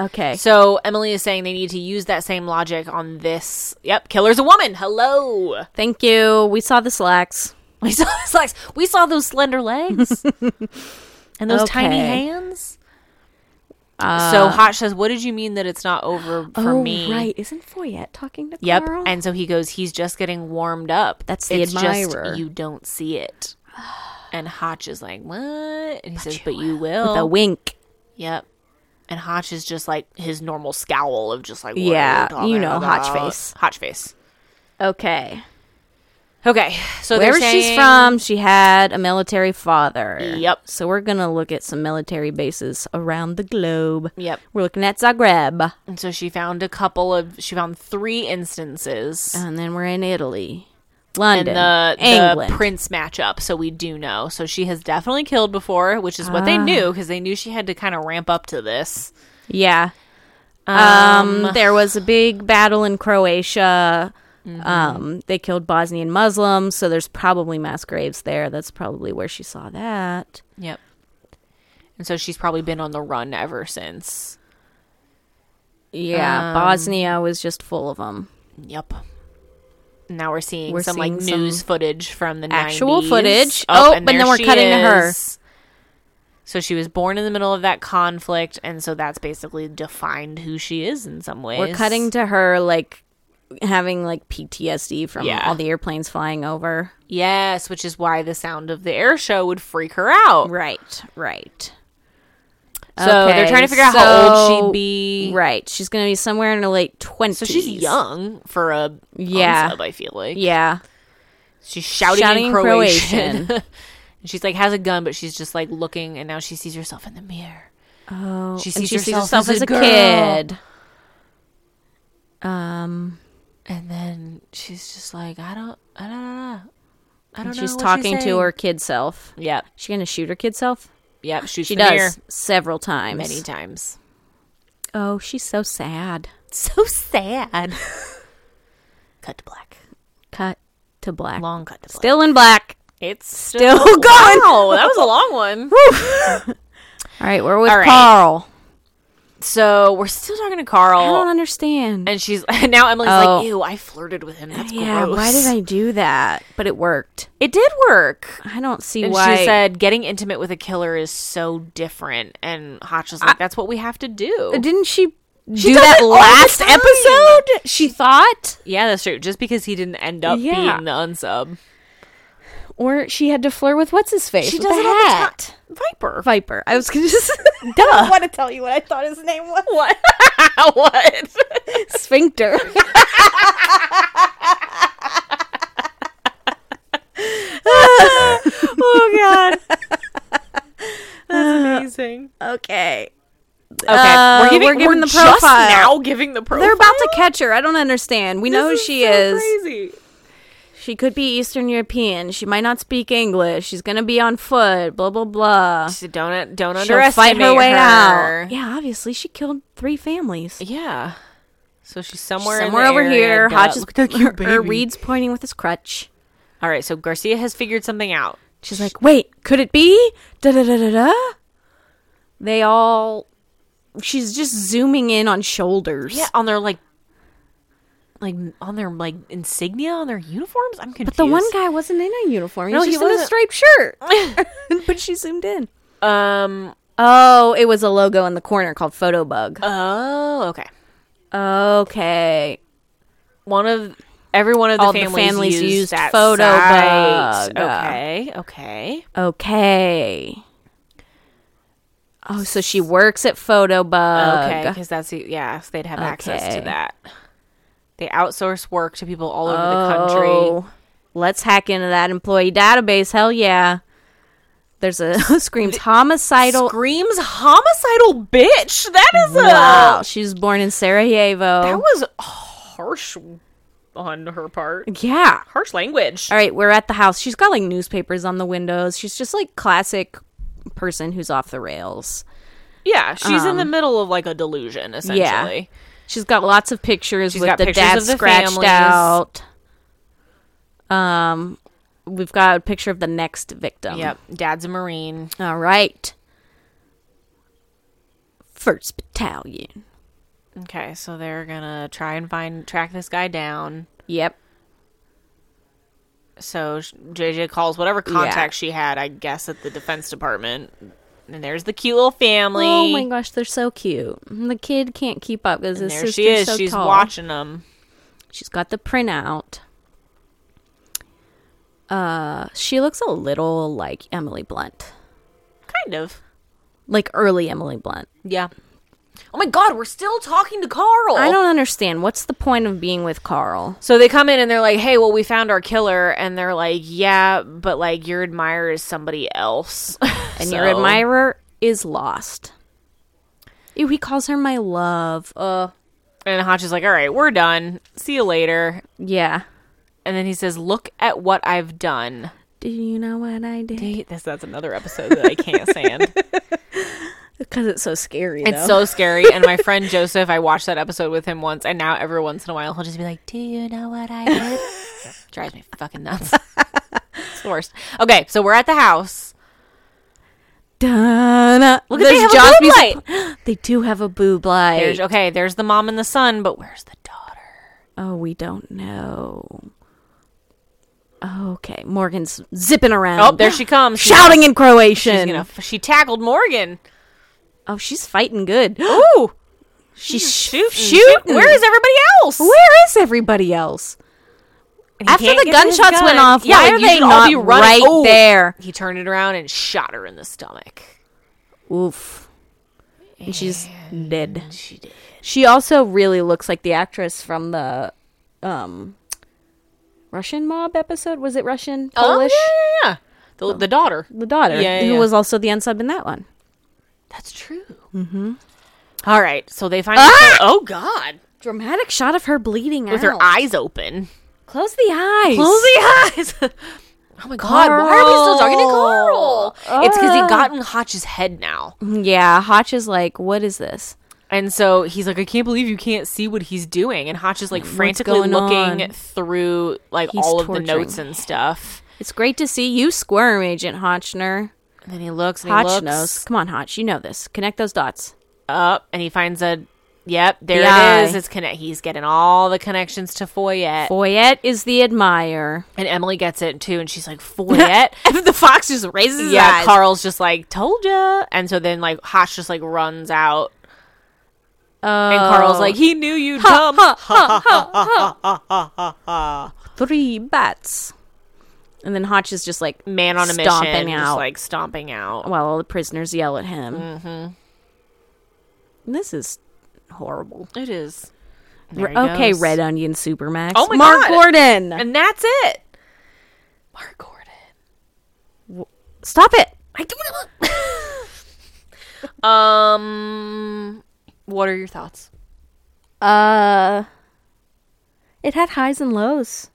B: Okay.
A: So Emily is saying they need to use that same logic on this. Yep, killer's a woman. Hello.
B: Thank you. We saw the slacks.
A: We saw those legs. We saw those slender legs and those tiny
B: Okay.
A: hands. so Hotch says, "What did you mean that it's not over for
B: oh,
A: me?"
B: right. Isn't Foyette talking to
A: Yep.
B: Carl?
A: And so he goes, he's just getting warmed up.
B: That's the
A: it's
B: admirer.
A: Just, you don't see it. And Hotch is like, what? And he says, but you will.
B: With a wink.
A: yep. And Hotch is just like his normal scowl of just like, what
B: Yeah,
A: are talking
B: you know, Hotch
A: about?
B: face.
A: Hotch face.
B: Okay.
A: Okay. So
B: Wherever
A: they're
B: she's
A: saying-
B: from, she had a military father.
A: Yep.
B: So we're gonna look at some military bases around the globe.
A: Yep.
B: We're looking at Zagreb,
A: And so she found a couple of, she found three instances.
B: and then we're in Italy,
A: in
B: London,
A: the, the
B: Uh, England.
A: prince matchup, so we do know. So she has definitely killed before, which is what they knew because they knew she had to kind of ramp up to this.
B: yeah. Um, there was a big battle in Croatia.
A: Mm-hmm.
B: Um, they killed Bosnian Muslims, so there's probably mass graves there. That's probably where she saw that.
A: Yep. And so she's probably been on the run ever since. Um,
B: Yeah, Bosnia was just full of them.
A: Yep. Now we're seeing
B: We're
A: some like
B: seeing some
A: news footage from the
B: actual
A: 90s.
B: footage.
A: Up,
B: Oh, but
A: there
B: then we're
A: she
B: cutting to her.
A: is. So she was born in the middle of that conflict, and so that's basically defined who she is in some ways.
B: We're cutting to her like having like PTSD from
A: Yeah.
B: all the airplanes flying over.
A: yes, which is why the sound of the air show would freak her out.
B: Right, right.
A: Oh. So they're
B: Okay,
A: trying to figure out how
B: so-
A: old she'd be.
B: Right. She's going to be somewhere in her late 20s.
A: So she's young for a
B: Yeah.
A: unsub, I feel like.
B: Yeah.
A: She's shouting,
B: Shouting
A: in
B: in
A: Croatian. and she's like has a gun, but she's just like looking, and now she sees herself in the mirror.
B: Oh,
A: She
B: and
A: sees
B: she sees
A: herself
B: herself as,
A: as a
B: a
A: girl.
B: kid. Um,
A: And then she's just like, I don't, I don't know. I don't know.
B: she's
A: what
B: talking to
A: saying.
B: her kid self.
A: Yep,
B: She going to shoot her kid self?
A: yep. Shoots
B: She
A: the
B: does
A: mirror
B: several times.
A: many times.
B: Oh, she's so sad.
A: So sad. Cut to black.
B: Cut to black.
A: Long cut to black.
B: Still in black.
A: It's
B: Still going.
A: Oh, that was a long one.
B: All right, we're with
A: All right.
B: Carl.
A: so we're still talking to
B: I don't
A: Carl,
B: understand.
A: and she's and now Emily's
B: Oh.
A: like, "Ew, I flirted with him. That's
B: yeah,
A: gross."
B: why did I do that? But it worked.
A: It did work.
B: I don't see
A: And
B: why.
A: she said, "Getting intimate with a killer is so different." And Hotch was like, "That's what we have to do."
B: Didn't she, do
A: does it
B: that
A: all the
B: last
A: time.
B: episode? She thought,
A: Yeah, that's true. Just because he didn't end up
B: Yeah.
A: being the unsub,
B: or she had to flirt with what's his face?
A: She
B: with
A: does
B: the
A: it all the
B: hat.
A: Viper.
B: Viper. I was gonna just
A: Duh.
B: want to tell you what I thought his name was.
A: What? what?
B: Sphincter.
A: oh God, that's amazing.
B: okay.
A: Okay,
B: Uh,
A: we're giving,
B: we're giving the
A: the profile.
B: profile.
A: now giving the profile.
B: They're about to catch her. I don't understand. We know who
A: This
B: she
A: so
B: is.
A: Crazy.
B: She could be Eastern European. She might not speak English. She's gonna be on foot. Blah blah blah.
A: So don't don't
B: She'll
A: underestimate
B: fight her way
A: her.
B: out. Yeah, obviously she killed three families.
A: Yeah. So she's somewhere in
B: Somewhere
A: the
B: over
A: area,
B: here,
A: duh.
B: Hodges.
A: Look at that cute
B: Or
A: baby.
B: Reed's pointing with his crutch.
A: All right, so Garcia has figured something out.
B: She's like, wait, could it be? Da da da da da. They all. She's just zooming in on shoulders.
A: Yeah, on their like, like on their like insignia on their uniforms. I'm
B: But
A: confused.
B: the one guy wasn't in a uniform. He
A: No,
B: was
A: he
B: just in a
A: wasn't.
B: striped shirt. but she zoomed in.
A: guy. Um.
B: Oh, it was a logo in the corner called Photobug.
A: Oh, okay.
B: Okay.
A: One of every one of the
B: All the
A: families,
B: families
A: used,
B: used
A: that
B: Photobug.
A: site. Okay. Okay.
B: Okay. Oh, so she works at Photobug.
A: Okay, because that's the- yeah, so they'd have access to
B: Okay.
A: that. They outsource work to people all over the country.
B: Oh, let's hack into that employee database. Hell yeah. There's a screams homicidal.
A: Screams homicidal bitch. That is
B: wow, she was born in Sarajevo.
A: a that was harsh on her part.
B: yeah.
A: Harsh language.
B: All right, we're at the house. She's got like newspapers on the windows. She's just like classic person who's off the rails.
A: Yeah, she's in the middle of like a delusion essentially.
B: She's got lots of pictures with
A: got
B: the
A: pictures
B: dad
A: of the
B: scratched
A: families.
B: out. Um, we've got a picture of the next victim.
A: Yep, dad's a marine.
B: All right. First battalion.
A: Okay, so they're gonna try and find track this guy down.
B: Yep.
A: So sh- JJ calls whatever contact she had, I guess, at the defense department. And there's the cute little family.
B: Oh my gosh, they're so cute. The kid can't keep up because his
A: There
B: sister's
A: she is.
B: so
A: She's
B: tall.
A: watching them.
B: She's got the printout. Uh, she looks a little like Emily Blunt,
A: Kind of.
B: like early Emily Blunt.
A: Yeah. Oh my god, we're still talking to Carl.
B: I don't understand. What's the point of being with Carl?
A: So they come in and they're like, "Hey, well, we found our killer," and they're like, "Yeah, but like your admirer is somebody else,
B: And
A: So-
B: your admirer is lost. Ew, he calls her my love. Uh,
A: And Hotch is like, "All right, we're done. See you later."
B: yeah.
A: And then he says, "Look at what I've done."
B: Do you know what I did?
A: Hey, This that's another episode that I can't stand.
B: Because it's so scary.
A: It's so scary. And my friend Joseph, I watched that episode with him once, and now every once in a while he'll just be like, "Do you know what I did?" Drives me fucking nuts. it's the worst. Okay, so we're at the house.
B: Dun-na. Look
A: at- they have a boob
B: light. they do have a boob light.
A: There's, okay, there's the mom and the son, but where's the daughter?
B: Oh, we don't know. Okay, Morgan's zipping around.
A: Oh, there she comes. She's-
B: shouting in Croatian.
A: she's gonna- she tackled Morgan.
B: oh, she's fighting good.
A: Ooh,
B: she's shooting.
A: shooting.
B: shooting.
A: Where is everybody else?
B: Where is everybody else?
A: And he
B: After
A: can't
B: the
A: get his
B: gunshots went
A: gun.
B: off,
A: Yeah,
B: why
A: like,
B: are
A: you
B: they
A: should all
B: not
A: be running.
B: right
A: Oh.
B: there?
A: He turned it around and shot her in the stomach.
B: Oof. And she's dead.
A: She did.
B: She also really looks like the actress from the um Russian mob episode. Was it Russian? Polish?
A: Oh, yeah, yeah, yeah. The, the daughter.
B: The daughter,
A: Yeah, yeah,
B: who
A: yeah.
B: was also the unsub in that one.
A: That's true. Mm-hmm. All right, so they find.
B: Ah!
A: Oh God,
B: Dramatic shot of her bleeding
A: with her eyes open.
B: Close the eyes.
A: the eyes. Oh my God! Why are we still talking to Carl?
B: Carl.
A: It's because he
B: Ah.
A: got in Hotch's head now,
B: Yeah, Hotch is like, what is this?
A: And so he's like, I can't believe you can't see what he's doing. And Hotch is like frantically
B: going
A: looking
B: on?
A: through like
B: He's
A: all of the
B: torturing
A: notes and stuff.
B: It's great to see you squirm, Agent Hotchner.
A: And then he looks and
B: Hotch
A: he looks
B: knows. Come on, Hotch, you know this. Connect those dots.
A: up and he finds a Yep, there
B: The eye.
A: it is. It's connect. He's getting all the connections to Foyette,
B: Foyette is the admirer.
A: and Emily gets it too. And she's like, "Foyette."
B: the fox just raises his
A: yeah,
B: eyes.
A: Carl's just like, "Told ya." And so then like Hotch just like runs out, and Carl's like, "He knew you'd come."
B: three bats. And then Hotch is just like,
A: Man on a mission,
B: Stomping
A: just
B: out.
A: like stomping out.
B: while all the prisoners yell at him. Mm-hmm. This is horrible.
A: It is. There he
B: Okay,
A: goes.
B: Red Onion Supermax.
A: Oh my
B: Mark
A: God.
B: Gordon.
A: And that's it. Mark Gordon.
B: Stop it.
A: I don't know. um, what are your thoughts?
B: Uh It had highs and lows,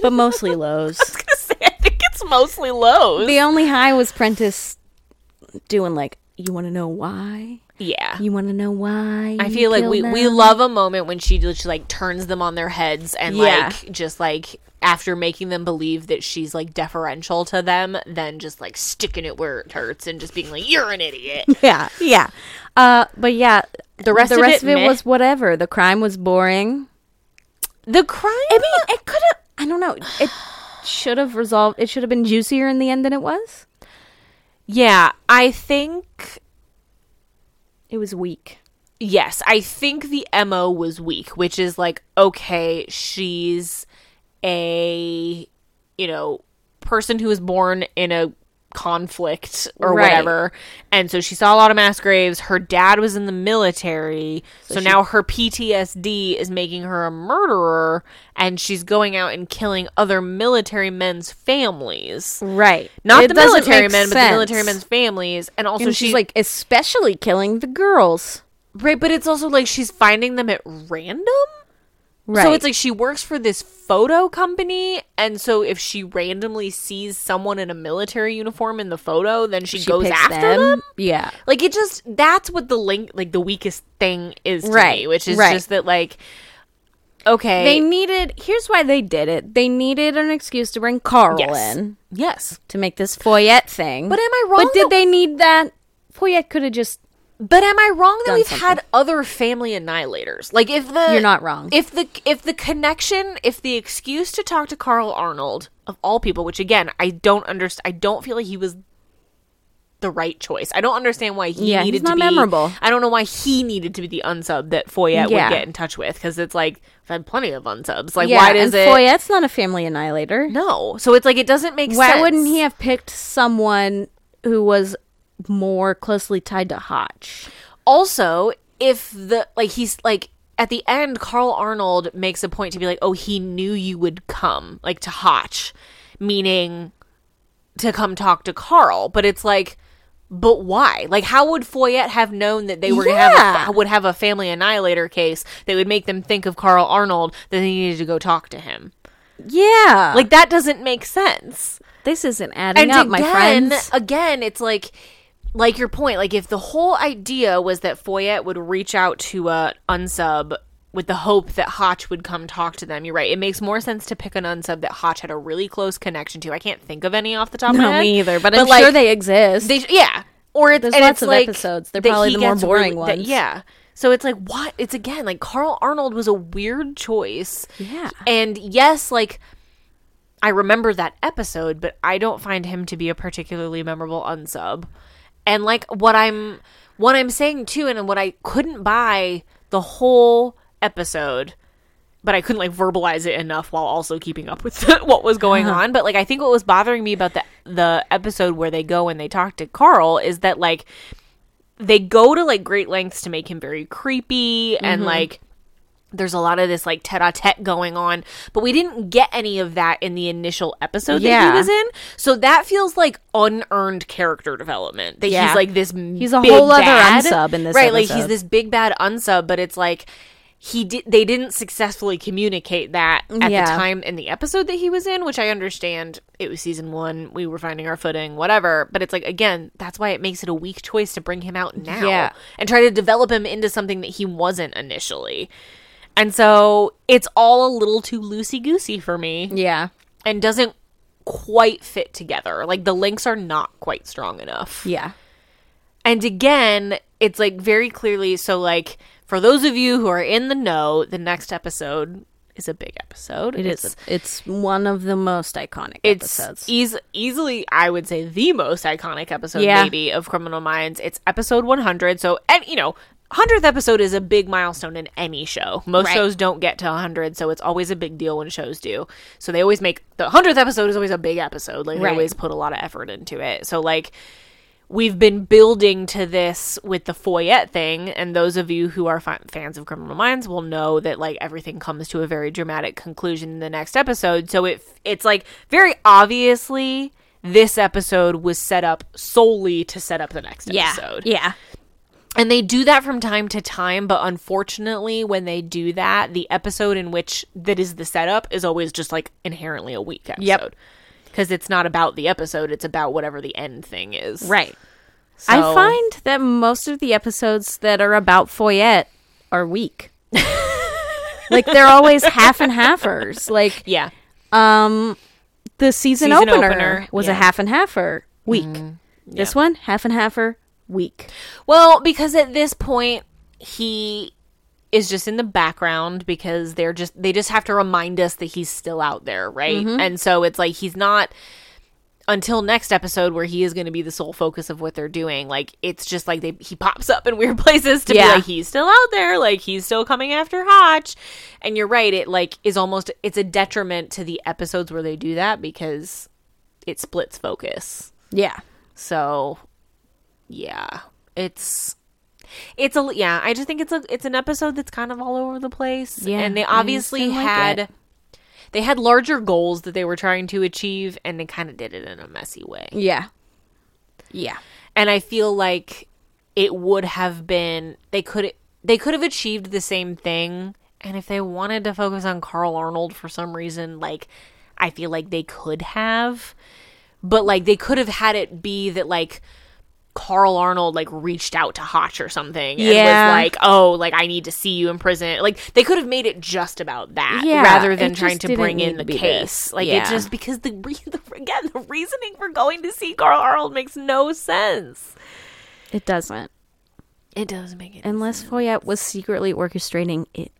B: but mostly lows.
A: gonna say I think it's mostly lows.
B: The only high was Prentice doing like, you want to know why?
A: Yeah.
B: You want to know why?
A: I feel like we, we love a moment when she just like turns them on their heads and
B: Yeah.
A: like just like after making them believe that she's like deferential to them, then just like sticking it where it hurts and just being like, You're an idiot.
B: Yeah, yeah. Uh, but yeah, the
A: rest of it, meh.
B: was whatever. The crime was boring.
A: the crime
B: I mean, it could have. I don't know. It should have resolved. It should have been juicier in the end than it was.
A: Yeah, I think
B: It was weak.
A: Yes, I think the MO was weak, which is like, okay, she's a, you know, person who was born in a conflict or
B: Right.
A: whatever. And so she saw a lot of mass graves. Her dad was in the military. So, now her PTSD is making her a murderer and she's going out and killing other military men's families.
B: Right.
A: Not the military men, but the military men's families. And also
B: So she's
A: she's
B: like, especially killing the girls.
A: Right, but it's also like she's finding them at random.
B: Right.
A: So it's like she works for this photo company, and so if she randomly sees someone in a military uniform in the photo, then she, goes after them?
B: Yeah.
A: Like it just that's what the link like the weakest thing is to
B: Right,
A: me, which is
B: right.
A: just that like okay
B: They needed. Here's why they did it. They needed an excuse to bring Carl
A: yes.
B: in
A: yes.
B: to make this Foyette thing.
A: But am I wrong
B: But did
A: that-
B: they need that? Foyette could have just.
A: But am I wrong that
B: Done
A: we've
B: something.
A: had other family annihilators? Like if the
B: You're not wrong.
A: If the if the connection, if the excuse to talk to Carl Arnold of all people, which again I don't understand, I don't feel like he was the right choice. I don't understand why he
B: Yeah, he's
A: needed
B: not
A: to be
B: memorable.
A: I don't know why he needed to be the unsub that Foyette
B: Yeah.
A: would get in touch with because it's like I've had plenty of unsubs. Like
B: Yeah,
A: why does
B: and
A: it?
B: Foyette's not a family annihilator.
A: no, so it's like it doesn't make
B: Why
A: sense.
B: wouldn't he have picked someone who was more closely tied to Hotch?
A: also if the like he's like at the end carl arnold makes a point to be like oh he knew you would come like to hotch meaning to come talk to carl but it's like but why like how would foyette have known that they were gonna have
B: Yeah.
A: a, would have a family annihilator case that would make them think of carl arnold that they needed to go talk to him
B: Yeah, like
A: like that doesn't make sense
B: this isn't adding up, my friends.
A: Again, it's like like your point. Like if the whole idea was that Foyette would reach out to a unsub with the hope that Hotch would come talk to them, you're right. It makes more sense to pick an unsub that Hotch had a really close connection to. I can't think of any off the top of my
B: No,
A: head.
B: me either. But, I'm
A: like,
B: sure they exist.
A: They yeah. Or it's
B: There's
A: and
B: lots
A: it's
B: of
A: like
B: episodes. They're
A: that
B: probably
A: he
B: the more
A: gets
B: boring
A: really- that-
B: ones.
A: yeah. So it's like what? It's again like Carl Arnold was a weird choice.
B: Yeah.
A: And yes, like I remember that episode, but I don't find him to be a particularly memorable unsub. And like what I'm what I'm saying too and what I couldn't buy the whole episode but I couldn't like verbalize it enough while also keeping up with what was going
B: Uh-huh.
A: on. But like, I think what was bothering me about the the episode where they go and they talk to Carl is that like they go to like great lengths to make him very creepy
B: Mm-hmm.
A: and like there's a lot of this like tete a tete going on, but we didn't get any of that in the initial episode that
B: Yeah.
A: he was in. So that feels like unearned character development. That
B: Yeah.
A: he's like this
B: He's a
A: big
B: whole other
A: bad-
B: unsub in this
A: right? Like he's
B: episode.
A: this big bad unsub, but it's like he did they didn't successfully communicate that at
B: Yeah.
A: the time in the episode that he was in which i understand it was season one we were finding our footing whatever but it's like again that's why it makes it a weak choice to bring him out now
B: Yeah.
A: and try to develop him into something that he wasn't initially and so it's all a little too loosey goosey for me
B: Yeah.
A: and doesn't quite fit together like the links are not quite strong enough
B: Yeah.
A: and again, it's like very clearly so like for those of you who are in the know, the next episode is a big episode.
B: It
A: it's,
B: is. e- It's one of the most iconic
A: It's
B: episodes.
A: eas- easily, I would say, the most iconic episode,
B: Yeah.
A: maybe, of Criminal Minds. It's episode 100. So, and you know, 100th episode is a big milestone in any show. Most
B: Right.
A: shows don't get to 100, so it's always a big deal when shows do. So they always make the 100th episode is always a big episode. Like, they
B: Right.
A: always put a lot of effort into it. So, like, we've been building to this with the Foyette thing, and those of you who are fa- fans of Criminal Minds will know that like everything comes to a very dramatic conclusion in the next episode. So it it's like very obviously this episode was set up solely to set up the next
B: yeah.
A: episode.
B: Yeah.
A: And they do that from time to time, but unfortunately, when they do that, the episode in which that is the setup is always just like inherently a weak episode.
B: Yep.
A: Because it's not about the episode, it's about whatever the end thing is.
B: Right.
A: So-
B: I find that most of the episodes that are about Foyette are weak. like they're always half and halfers. Like
A: Yeah.
B: the season,
A: Season
B: opener,
A: opener,
B: was a
A: yeah. Mm-hmm.
B: half and halfer week. This one half and halfer week.
A: Well, because at this point he is just in the background because they're just they just have to remind us that he's still out there, right? And so it's like he's not until next episode where he is going to be the sole focus of what they're doing. Like it's just like they he pops up in weird places to
B: Yeah.
A: be like he's still out there, like he's still coming after Hotch. And you're right, it like is almost it's a detriment to the episodes where they do that because it splits focus.
B: Yeah.
A: So, yeah, it's it's a yeah. I just think it's a it's an episode that's kind of all over the place.
B: Yeah,
A: and they
B: I just
A: obviously
B: didn't like
A: had
B: it.
A: they had larger goals that they were trying to achieve, and they kind of did it in a messy way.
B: Yeah. Yeah.
A: And I feel like it would have been they could they could have achieved the same thing, and if they wanted to focus on Carl Arnold for some reason, like I feel like they could have, but like they could have had it be that like Carl Arnold like reached out to Hotch or something and
B: Yeah.
A: was like, "Oh, like I need to see you in prison." Like they could have made it just about that
B: Yeah,
A: rather than
B: it
A: trying
B: just
A: to
B: didn't
A: bring
B: need
A: in
B: to
A: the
B: be
A: case.
B: this.
A: Like
B: Yeah.
A: it just because the, re- the again the reasoning for going to see Carl Arnold makes no sense.
B: It doesn't.
A: It does make it,
B: Unless Foyette was secretly orchestrating it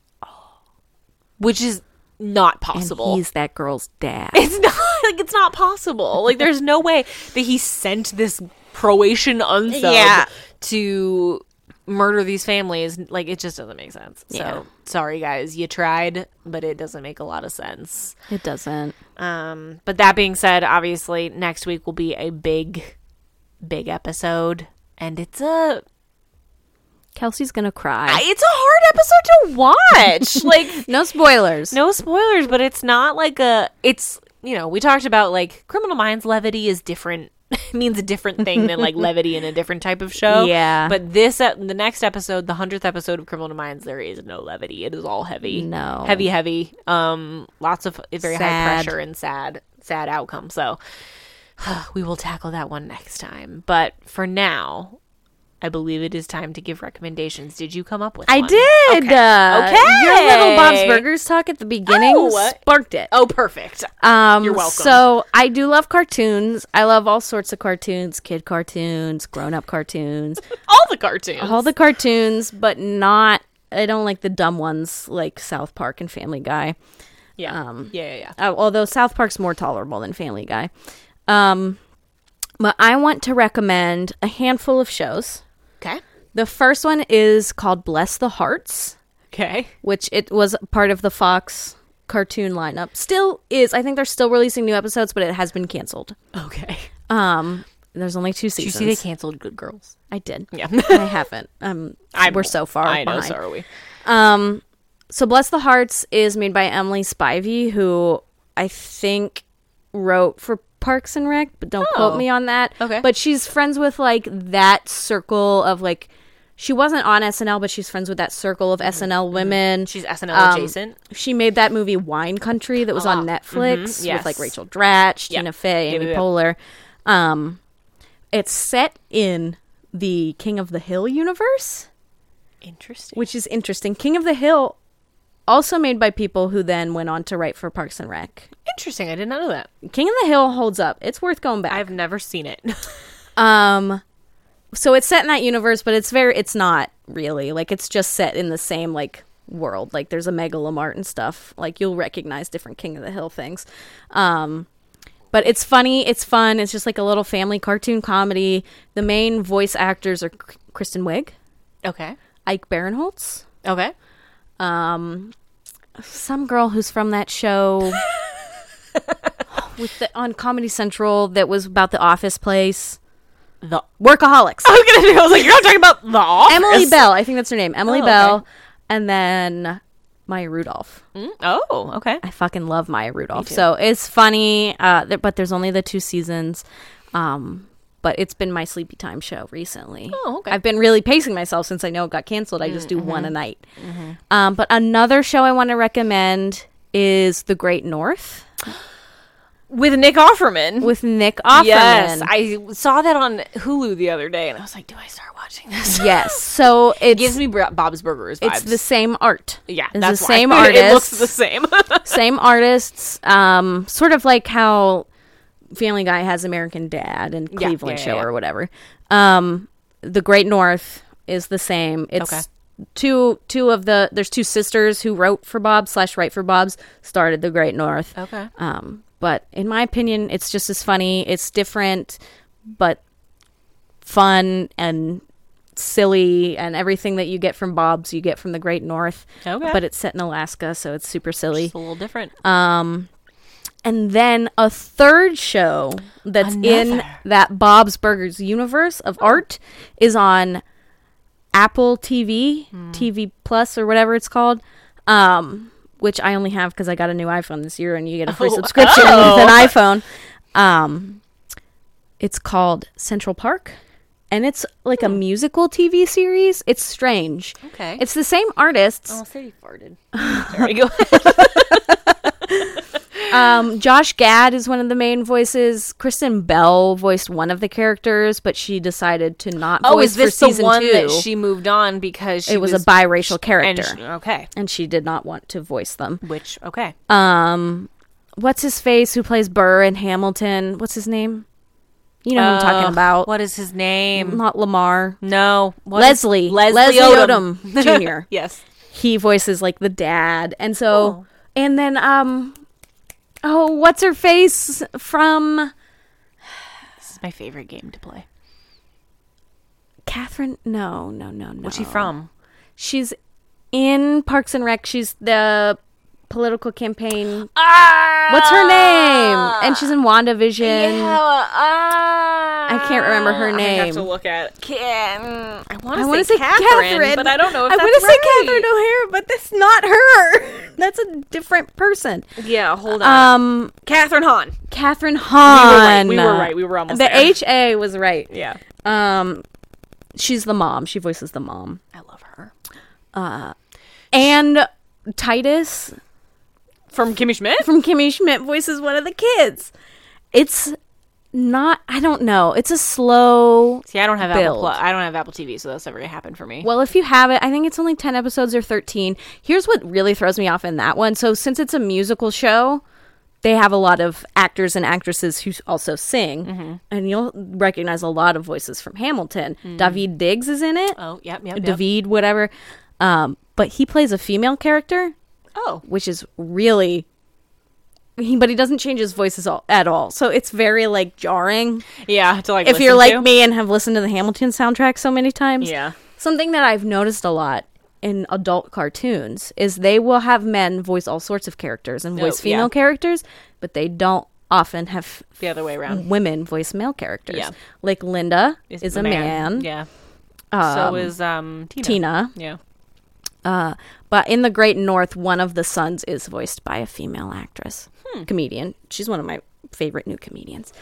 A: which is not
B: and
A: possible.
B: he's that girl's dad.
A: It's not like it's not possible. Like there's no way that he sent this Croatian unsub
B: Yeah.
A: to murder these families. Like it just doesn't make sense.
B: Yeah.
A: So sorry guys, you tried, but it doesn't make a lot of sense.
B: It doesn't.
A: Um, but that being said, obviously next week will be a big, big episode, and it's a
B: Kelsey's gonna cry.
A: it's a hard episode to watch. like
B: no spoilers.
A: no spoilers, but it's not like a it's you know, we talked about like criminal minds levity is different means a different thing than like levity in a different type of show.
B: Yeah.
A: But this uh, the next episode, the 100th episode of Criminal Minds there is no levity. It is all heavy.
B: No.
A: Heavy heavy. Um lots of very high
B: Sad.
A: pressure and sad sad outcome. So we will tackle that one next time. But for now, I believe it is time to give recommendations. Did you come up with
B: I
A: one?
B: did.
A: Okay.
B: Uh, Your little Bob's
A: Okay.
B: Burgers talk at the beginning
A: Oh.
B: sparked it.
A: Oh, perfect.
B: Um,
A: You're welcome.
B: So I do love cartoons. I love all sorts of cartoons, kid cartoons, grown up cartoons,
A: all the cartoons.
B: all the cartoons, but not. I don't like the dumb ones like South Park and Family Guy.
A: Yeah. yeah, yeah, yeah.
B: Uh, although South Park's more tolerable than Family Guy. Um, but I want to recommend a handful of shows.
A: Okay.
B: The first one is called Bless the Hearts.
A: Okay.
B: which it was part of the Fox cartoon lineup. Still is. I think they're still releasing new episodes, but it has been canceled.
A: Okay.
B: Um, there's only two
A: Did you
B: seasons.
A: see they canceled Good Girls?
B: I did.
A: Yeah.
B: I haven't. Um, we're so far
A: I know,
B: behind.
A: so are we.
B: Um, so Bless the Hearts is made by Emily Spivey, who I think wrote for Parks and Rec, but don't quote
A: Oh.
B: me on that.
A: Okay.
B: But she's friends with like that circle of like she wasn't on SNL, but she's friends with that circle of SNL women.
A: Mm-hmm. She's SNL
B: Um,
A: adjacent.
B: She made that movie Wine Country that was on
A: wow.
B: Netflix
A: Mhm, yes.
B: with like Rachel Dratch,
A: Yep.
B: Tina Fey,
A: Yep,
B: Amy
A: yep, yep.
B: Poehler. Um, it's set in the King of the Hill universe,
A: Interesting.
B: which is interesting. King of the Hill, also made by people who then went on to write for Parks and Rec.
A: Interesting. I did not know that.
B: King of the Hill holds up. It's worth going back.
A: I've never seen it.
B: Um so it's set in that universe, but it's very it's not really. Like it's just set in the same like world. Like there's a megalomart and stuff. Like you'll recognize different King of the Hill things. Um but it's funny, it's fun. It's just like a little family cartoon comedy. The main voice actors are K- Kristen Wiig,
A: okay.
B: Ike Barinholtz,
A: Okay.
B: um some girl who's from that show with the on Comedy Central that was about the office place.
A: The
B: Workaholics.
A: I was gonna do. I was like, you're not talking about the office.
B: Emily Bell. I think that's her name. Emily
A: Oh, okay.
B: Bell. And then Maya Rudolph.
A: Mm, Oh, okay.
B: I fucking love Maya Rudolph. So it's funny, uh, th- but there's only the two seasons. Um, but it's been my sleepy time show recently.
A: Oh, okay. Mm-hmm.
B: I've been really pacing myself since I know it got canceled. I just do one a night. Um, but another show I want to recommend is The Great North
A: With Nick Offerman.
B: with Nick Offerman.
A: Yes, I saw that on Hulu the other day, and I was like, do I start watching this?
B: yes. So it's
A: gives me Bro- Bob's Burgers vibes.
B: it's the same art.
A: yeah,
B: it's
A: that's
B: the
A: why.
B: same
A: it looks
B: artist.
A: the same.
B: same artists um sort of like how family guy has american dad and
A: yeah,
B: cleveland
A: yeah,
B: show
A: yeah.
B: or whatever um the great north is the same it's
A: Okay.
B: two two of the there's two sisters who wrote for bob slash write for bob's started the great north
A: okay.
B: um but in my opinion it's just as funny it's different but fun and silly and everything that you get from bob's you get from the great north
A: Okay.
B: but it's set in alaska so it's super silly
A: It's a little different.
B: Um, and then a third show that's in
A: Another. Oh.
B: that Bob's Burgers universe of art is on Apple TV,
A: Hmm.
B: TV Plus or whatever it's called, um, which I only have because I got a new iPhone this year, and you get a free
A: Oh,
B: subscription
A: oh.
B: with an iPhone. Um, it's called Central Park, and it's like a musical TV series. It's strange.
A: Hmm. Okay.
B: it's the same artists.
A: oh, Sadie farted. Sorry, go ahead.
B: Um, Josh Gad is one of the main voices. Kristen Bell voiced one of the characters, but she decided to not
A: Oh,
B: voice
A: is this
B: for
A: the
B: season
A: one
B: two.
A: that she moved on because she
B: it was, a biracial
A: and
B: character,
A: she- okay,
B: and she did not want to voice them.
A: which okay,
B: Um, what's his face who plays Burr in Hamilton? What's his name? You know who I'm talking
A: Ugh,
B: about.
A: Uh, What is his name?
B: Not Lamar.
A: No, what is-
B: Leslie. Leslie Odom Jr..
A: yes.
B: He voices like the dad, and
A: Oh.
B: so and then um, oh, what's her face from?
A: This is my favorite game to play.
B: Catherine? No, no, no, no.
A: What's she from?
B: She's in Parks and Rec. She's the political campaign.
A: Ah,
B: What's her name? And she's in WandaVision.
A: I
B: can't remember her
A: ah! I have to
B: name.
A: look at. Can, I want
B: I
A: to
B: want
A: say, Catherine, but I don't know if
B: I
A: want
B: wanna say Catherine O'Hara, but that's not her. That's a different person.
A: Yeah, hold on.
B: Um,
A: Catherine Hahn.
B: Catherine
A: right,
B: Hahn.
A: we were right, we were almost
B: The
A: there.
B: H A was right.
A: Yeah,
B: Um, she's the mom. She voices the mom.
A: I love her
B: And Titus
A: from Kimmy Schmidt.
B: from Kimmy Schmidt voices one of the kids. It's not. I don't know. It's a slow.
A: See, I don't have Apple.
B: Build.
A: Plu- I don't have Apple TV, so that's never gonna happen for me.
B: Well, if you have it, I think it's only 10 episodes or 13. Here's what really throws me off in that one. So, since it's a musical show, they have a lot of actors and actresses who also sing,
A: Mm-hmm.
B: and you'll recognize a lot of voices from Hamilton. David Diggs is in it,
A: Mm. Oh, yep, yep, yep.
B: David, whatever. Um, but he plays a female character,
A: oh,
B: which is really. He, but he doesn't change his voice all, at all. So it's very like jarring.
A: yeah. To like,
B: if you're like
A: listen to.
B: me and have listened to the Hamilton soundtrack so many times,
A: Yeah.
B: Something that I've noticed a lot in adult cartoons is they will have men voice all sorts of characters and voice
A: Oh, yeah.
B: female characters, but they don't often have
A: the other way around,
B: women voice male characters.
A: Yeah.
B: Like Linda is,
A: the
B: a man,
A: Yeah. so is um Tina.
B: Tina,
A: Yeah.
B: but in The Great North, one of the sons is voiced by a female actress, comedian. She's one of my favorite new comedians.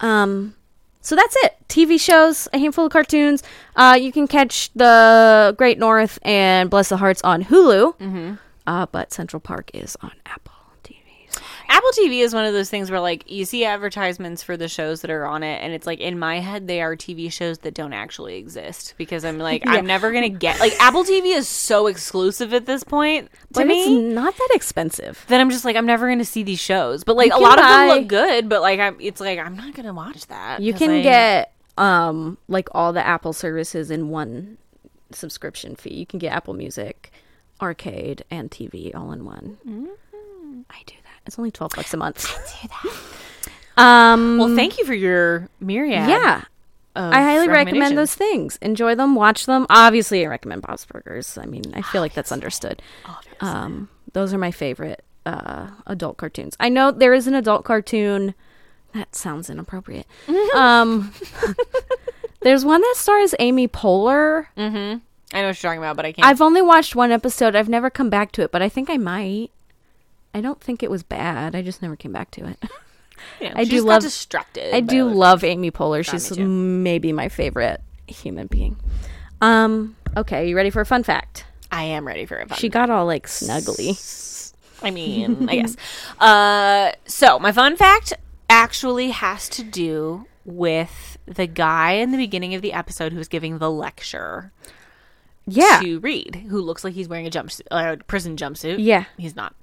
B: Um, So that's it. TV shows, a handful of cartoons. Uh, you can catch The Great North and Bless the Hearts on Hulu. Mm-hmm. Uh, but Central Park is on Apple TV. So-
A: Apple TV is one of those things where like you see advertisements for the shows that are on it, and it's like in my head they are TV shows that don't actually exist because I'm like I'm never gonna get like Apple TV is so exclusive at this point to
B: But
A: me.
B: it's not that expensive.
A: then I'm just like I'm never gonna see these shows, but like a
B: can
A: lot of
B: buy-
A: them look good, but like I'm it's like I'm not gonna watch that.
B: You
A: 'cause
B: can
A: I-
B: get um like all the Apple services in one subscription fee. You can get Apple Music, arcade, and TV all in one.
A: Mm-hmm.
B: I do that. It's only twelve bucks a month. I do that. Um.
A: Well, thank you for your myriad.
B: yeah.
A: of
B: I highly recommend
A: recommendations.
B: those things. Enjoy them, watch them. Obviously, I recommend Bob's Burgers. I mean, I feel like that's understood. Um, those are my favorite uh, adult cartoons. I know there is an adult cartoon that sounds inappropriate. um, there's one that stars Amy Poehler.
A: I know what you're talking about, but I can't.
B: I've only watched one episode. I've never come back to it, but I think I might. I don't think it was bad. I just never came back to it.
A: you know,
B: I
A: she
B: do
A: just
B: love-
A: got distracted.
B: I
A: by
B: do
A: other-
B: love Amy Poehler. She's
A: too.
B: maybe my favorite human being. Um, okay, you ready for a fun fact?
A: I am ready for it.
B: She got all like snuggly.
A: I mean, I guess. Uh, so my fun fact actually has to do with the guy in the beginning of the episode who's giving the lecture
B: Yeah.
A: to Reed, who looks like he's wearing a jumpsuit, uh, prison jumpsuit.
B: Yeah.
A: he's not.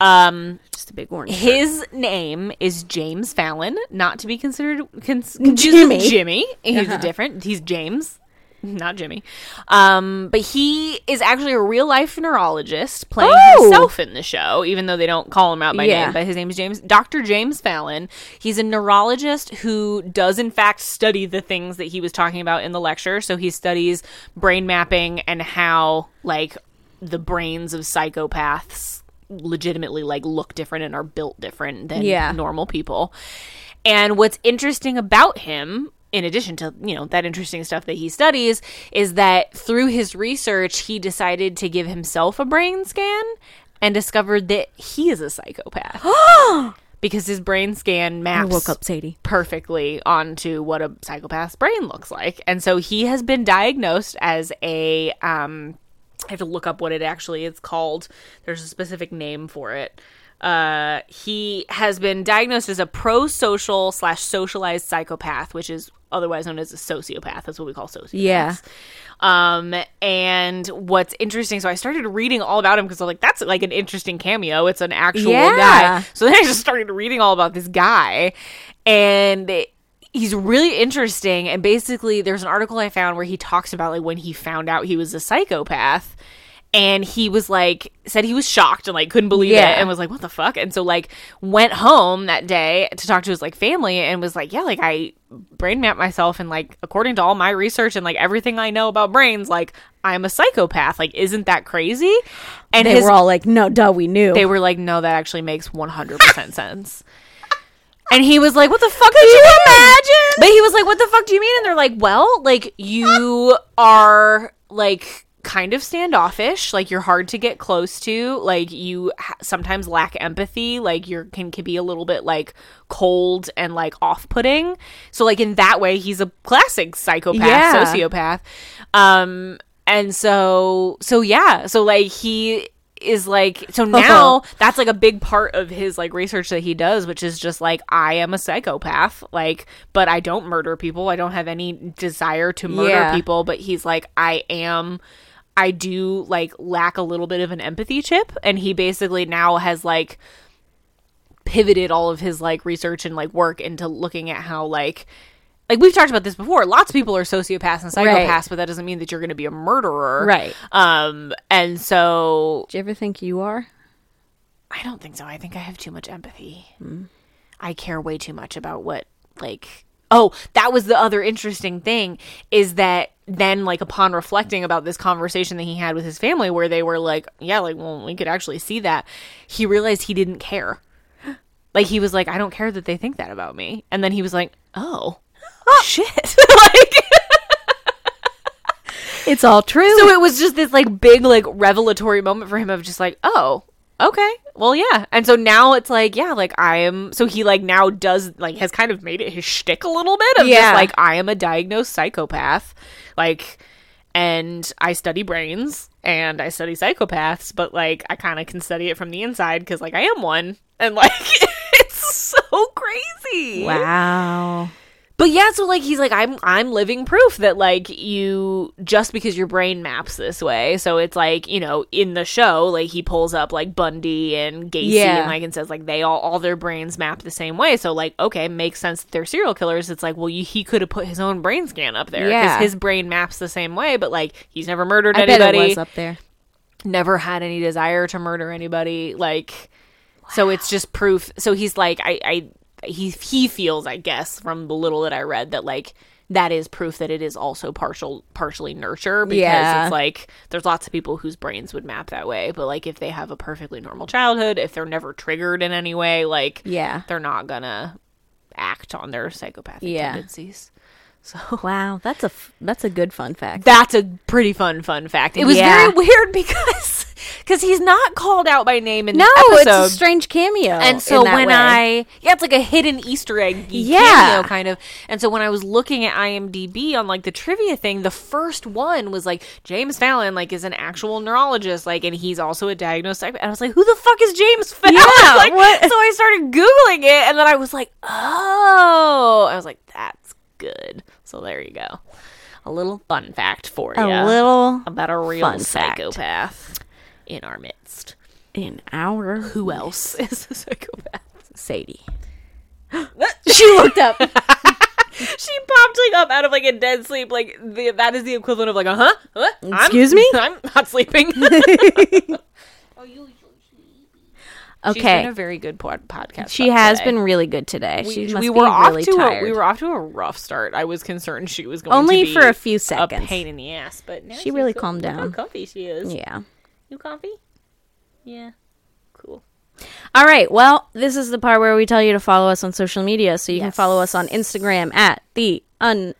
A: Um,
B: Just a big orange.
A: his name is James Fallon, not to be considered cons- confused with
B: Jimmy. Uh-huh.
A: Jimmy. He's a different. He's James, not Jimmy. Um, but he is actually a real life neurologist playing
B: Oh!
A: himself in the show, even though they don't call him out by
B: Yeah.
A: name. But his name is James, Doctor James Fallon. He's a neurologist who does in fact study the things that he was talking about in the lecture. So he studies brain mapping and how like the brains of psychopaths legitimately like look different and are built different than
B: Yeah.
A: normal people. And what's interesting about him, in addition to, you know, that interesting stuff that he studies, is that through his research, he decided to give himself a brain scan and discovered that he is a psychopath. because his brain scan
B: I
A: maps
B: woke up Sadie.
A: perfectly onto what a psychopath's brain looks like. And so he has been diagnosed as a um I have to look up what it actually is called. There's a specific name for it. Uh he has been diagnosed as a pro-social slash socialized psychopath, which is otherwise known as a sociopath. That's what we call sociopaths.
B: Yeah.
A: Um, and what's interesting, so I started reading all about him because I'm like, that's like an interesting cameo. It's an actual
B: Yeah.
A: guy. So then I just started reading all about this guy, and he's really interesting. And basically, there's an article I found where he talks about like when he found out he was a psychopath. And he was like, said he was shocked and like couldn't believe
B: Yeah.
A: it, and was like, "What the fuck?" And so like went home that day to talk to his like family, and was like, "Yeah, like I brain mapped myself, and like according to all my research and like everything I know about brains, like I'm a psychopath. Like, isn't that crazy?" And
B: They
A: his
B: were all like, no, duh, we knew.
A: they were like, no, that actually makes 100% sense. And he was like, what the fuck did you imagine? But he was like, what the fuck do you mean? And they're like, well, like, you are like kind of standoffish. Like, you're hard to get close to. Like, you ha- sometimes lack empathy. Like, you can, can be a little bit like cold and like off putting. So, like, in that way, he's a classic psychopath,
B: Yeah.
A: sociopath. Um, and so, so yeah, so like he is like so now that's like a big part of his like research that he does which is just like i am a psychopath like but i don't murder people i don't have any desire to murder
B: Yeah.
A: people but he's like i am i do like lack a little bit of an empathy chip and he basically now has like pivoted all of his like research and like work into looking at how like like we've talked about this before lots of people are sociopaths and psychopaths
B: Right.
A: but that doesn't mean that you're going to be a murderer
B: Right.
A: um and so
B: Do you ever think you are?
A: I don't think so. I think I have too much empathy. I care way too much about what like Oh, that was the other interesting thing is that then like upon reflecting about this conversation that he had with his family where they were like, yeah, like well, we could actually see that, he realized he didn't care. Like he was like, I don't care that they think that about me. And then he was like, oh, shit. like
B: It's all true.
A: so it was just this like big like revelatory moment for him of just like, oh, Okay. Well, yeah. And so now it's like, yeah, like I am. So he like now does like has kind of made it his shtick a little bit of
B: Yeah.
A: just like I am a diagnosed psychopath, like, and I study brains and I study psychopaths, but like I kind of can study it from the inside because like I am one, and like it's so crazy.
B: Wow.
A: But yeah, so like he's like I'm I'm living proof that like you just because your brain maps this way. So it's like, you know, in the show, like he pulls up like Bundy and Gacy
B: Yeah.
A: and like and says like they all all their brains map the same way. So like, okay, makes sense that they're serial killers. It's like, well, you, he could have put his own brain scan up there
B: Yeah.
A: his brain maps the same way, but like he's never murdered
B: I bet
A: anybody
B: it was up there.
A: never had any desire to murder anybody like so it's just proof so he's like i i he he feels i guess from the little that i read that like that is proof that it is also partial partially nurture because
B: Yeah.
A: it's like there's lots of people whose brains would map that way but like if they have a perfectly normal childhood if they're never triggered in any way like
B: Yeah.
A: they're not gonna act on their psychopathic
B: Yeah.
A: tendencies so
B: Wow, that's a f- that's a good fun fact.
A: that's a pretty fun fun fact. It was
B: Yeah.
A: very weird because because he's not called out by name in
B: no,
A: the episode.
B: it's a strange cameo.
A: and so
B: in that
A: when
B: way.
A: I yeah, it's like a hidden Easter egg
B: Yeah.
A: yeah. cameo kind of. And so when I was looking at IMDb on like the trivia thing, the first one was like James Fallon like is an actual neurologist like, and he's also a diagnosed. Psych- and I was like, who the fuck is James Fallon?
B: Yeah,
A: like,
B: what?
A: So I started googling it, and then I was like, oh, I was like, that's good. So there you go, a little fun fact for you
B: a little
A: about a real
B: Fun fact.
A: psychopath in our midst.
B: in our
A: Who else is a psychopath?
B: Sadie. she looked up.
A: She popped like up out of like a dead sleep. Like the, that is the equivalent of like, uh huh? What? I'm-
B: Excuse me?
A: I'm not sleeping. She's been
B: Okay,
A: a very good pod- podcast.
B: she
A: up
B: has
A: today.
B: been really good today.
A: We,
B: she must
A: we
B: be
A: were off
B: really
A: to
B: tired.
A: a we were off to a rough start. I was concerned she was going
B: Only
A: to be
B: for a few
A: a
B: seconds.
A: pain in the ass, but now
B: She
A: she's
B: really
A: so-
B: calmed
A: look how
B: down.
A: comfy she is.
B: yeah.
A: You comfy? Yeah, cool.
B: All right. Well, this is the part where we tell you to follow us on social media. So you can
A: Yes.
B: follow us on Instagram at the un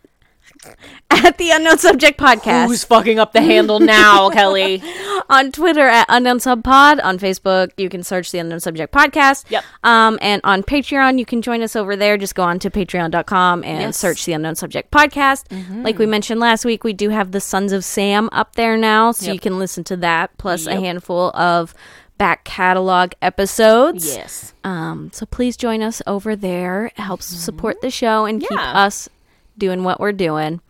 B: at the unknown subject podcast.
A: Who's fucking up the handle now, Kelly?
B: on Twitter at Unknown Sub Pod. On Facebook, you can search the Unknown Subject Podcast.
A: Yep.
B: Um, and on Patreon, you can join us over there. Just go on to patreon.com and
A: Yes. Mm-hmm.
B: search the Unknown Subject Podcast. Like we mentioned last week, we do have the Sons of Sam up there now, so you can listen to that, plus a
A: Yep.
B: handful of back catalog episodes.
A: Yes.
B: Um, so please join us over there. It helps support the show and keep
A: Mm-hmm. Yeah.
B: us doing what we're doing.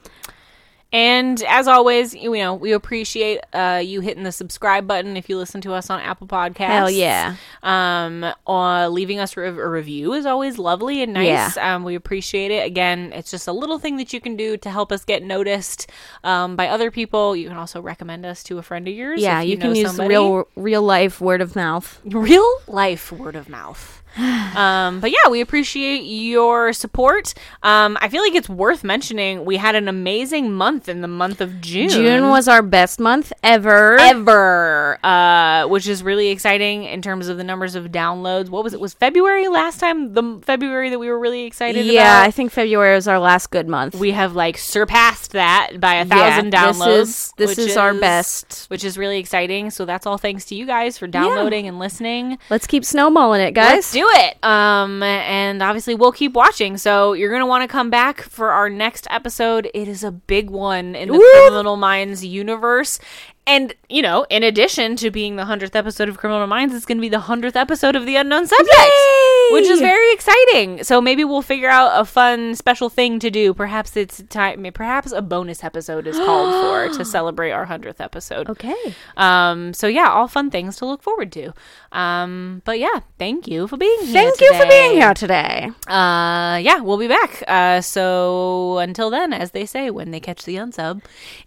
A: And as always, you know, we appreciate uh, you hitting the subscribe button if you listen to us on Apple Podcasts.
B: Hell yeah.
A: Um, uh, leaving us rev- a review is always lovely and nice. Um, we appreciate it. Again, it's just a little thing that you can do to help us get noticed um, by other people. You can also recommend us to a friend of yours.
B: Yeah,
A: if
B: you,
A: you,
B: can
A: know
B: use
A: somebody.
B: real real life word of mouth.
A: real life word of mouth. um, but yeah, we appreciate your support. Um, I feel like it's worth mentioning. We had an amazing month in the month of
B: June was our best month ever.
A: ever, uh, which is really exciting in terms of the numbers of downloads. What was it? Was February last time? The m- February that we were really excited
B: Yeah, I
A: about.
B: think February was our last good month.
A: We have like surpassed that by
B: Yeah,
A: a thousand downloads.
B: This is, this
A: which
B: is our best.
A: which is really exciting. So that's all thanks to you guys for downloading and listening.
B: Let's keep snowballing it, guys.
A: Let's do it. Um, and obviously we'll keep watching. So you're gonna want to come back for our next episode. It is a big one in the
B: Woo!
A: Criminal Minds universe. And you know, in addition to being the hundredth episode of Criminal Minds, it's gonna be the hundredth episode of The Unknown Subject,
B: Yay!
A: which is very exciting. So maybe we'll figure out a fun special thing to do. Perhaps it's time. Perhaps a bonus episode is called for to celebrate our hundredth episode.
B: Okay.
A: Um, so yeah, all fun things to look forward to. Um, but yeah, thank you for being here.
B: Thank you for
A: today.
B: being here today.
A: Uh, yeah, we'll be back. Uh, so until then, as they say, when they catch the unsub,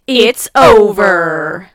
B: It's over.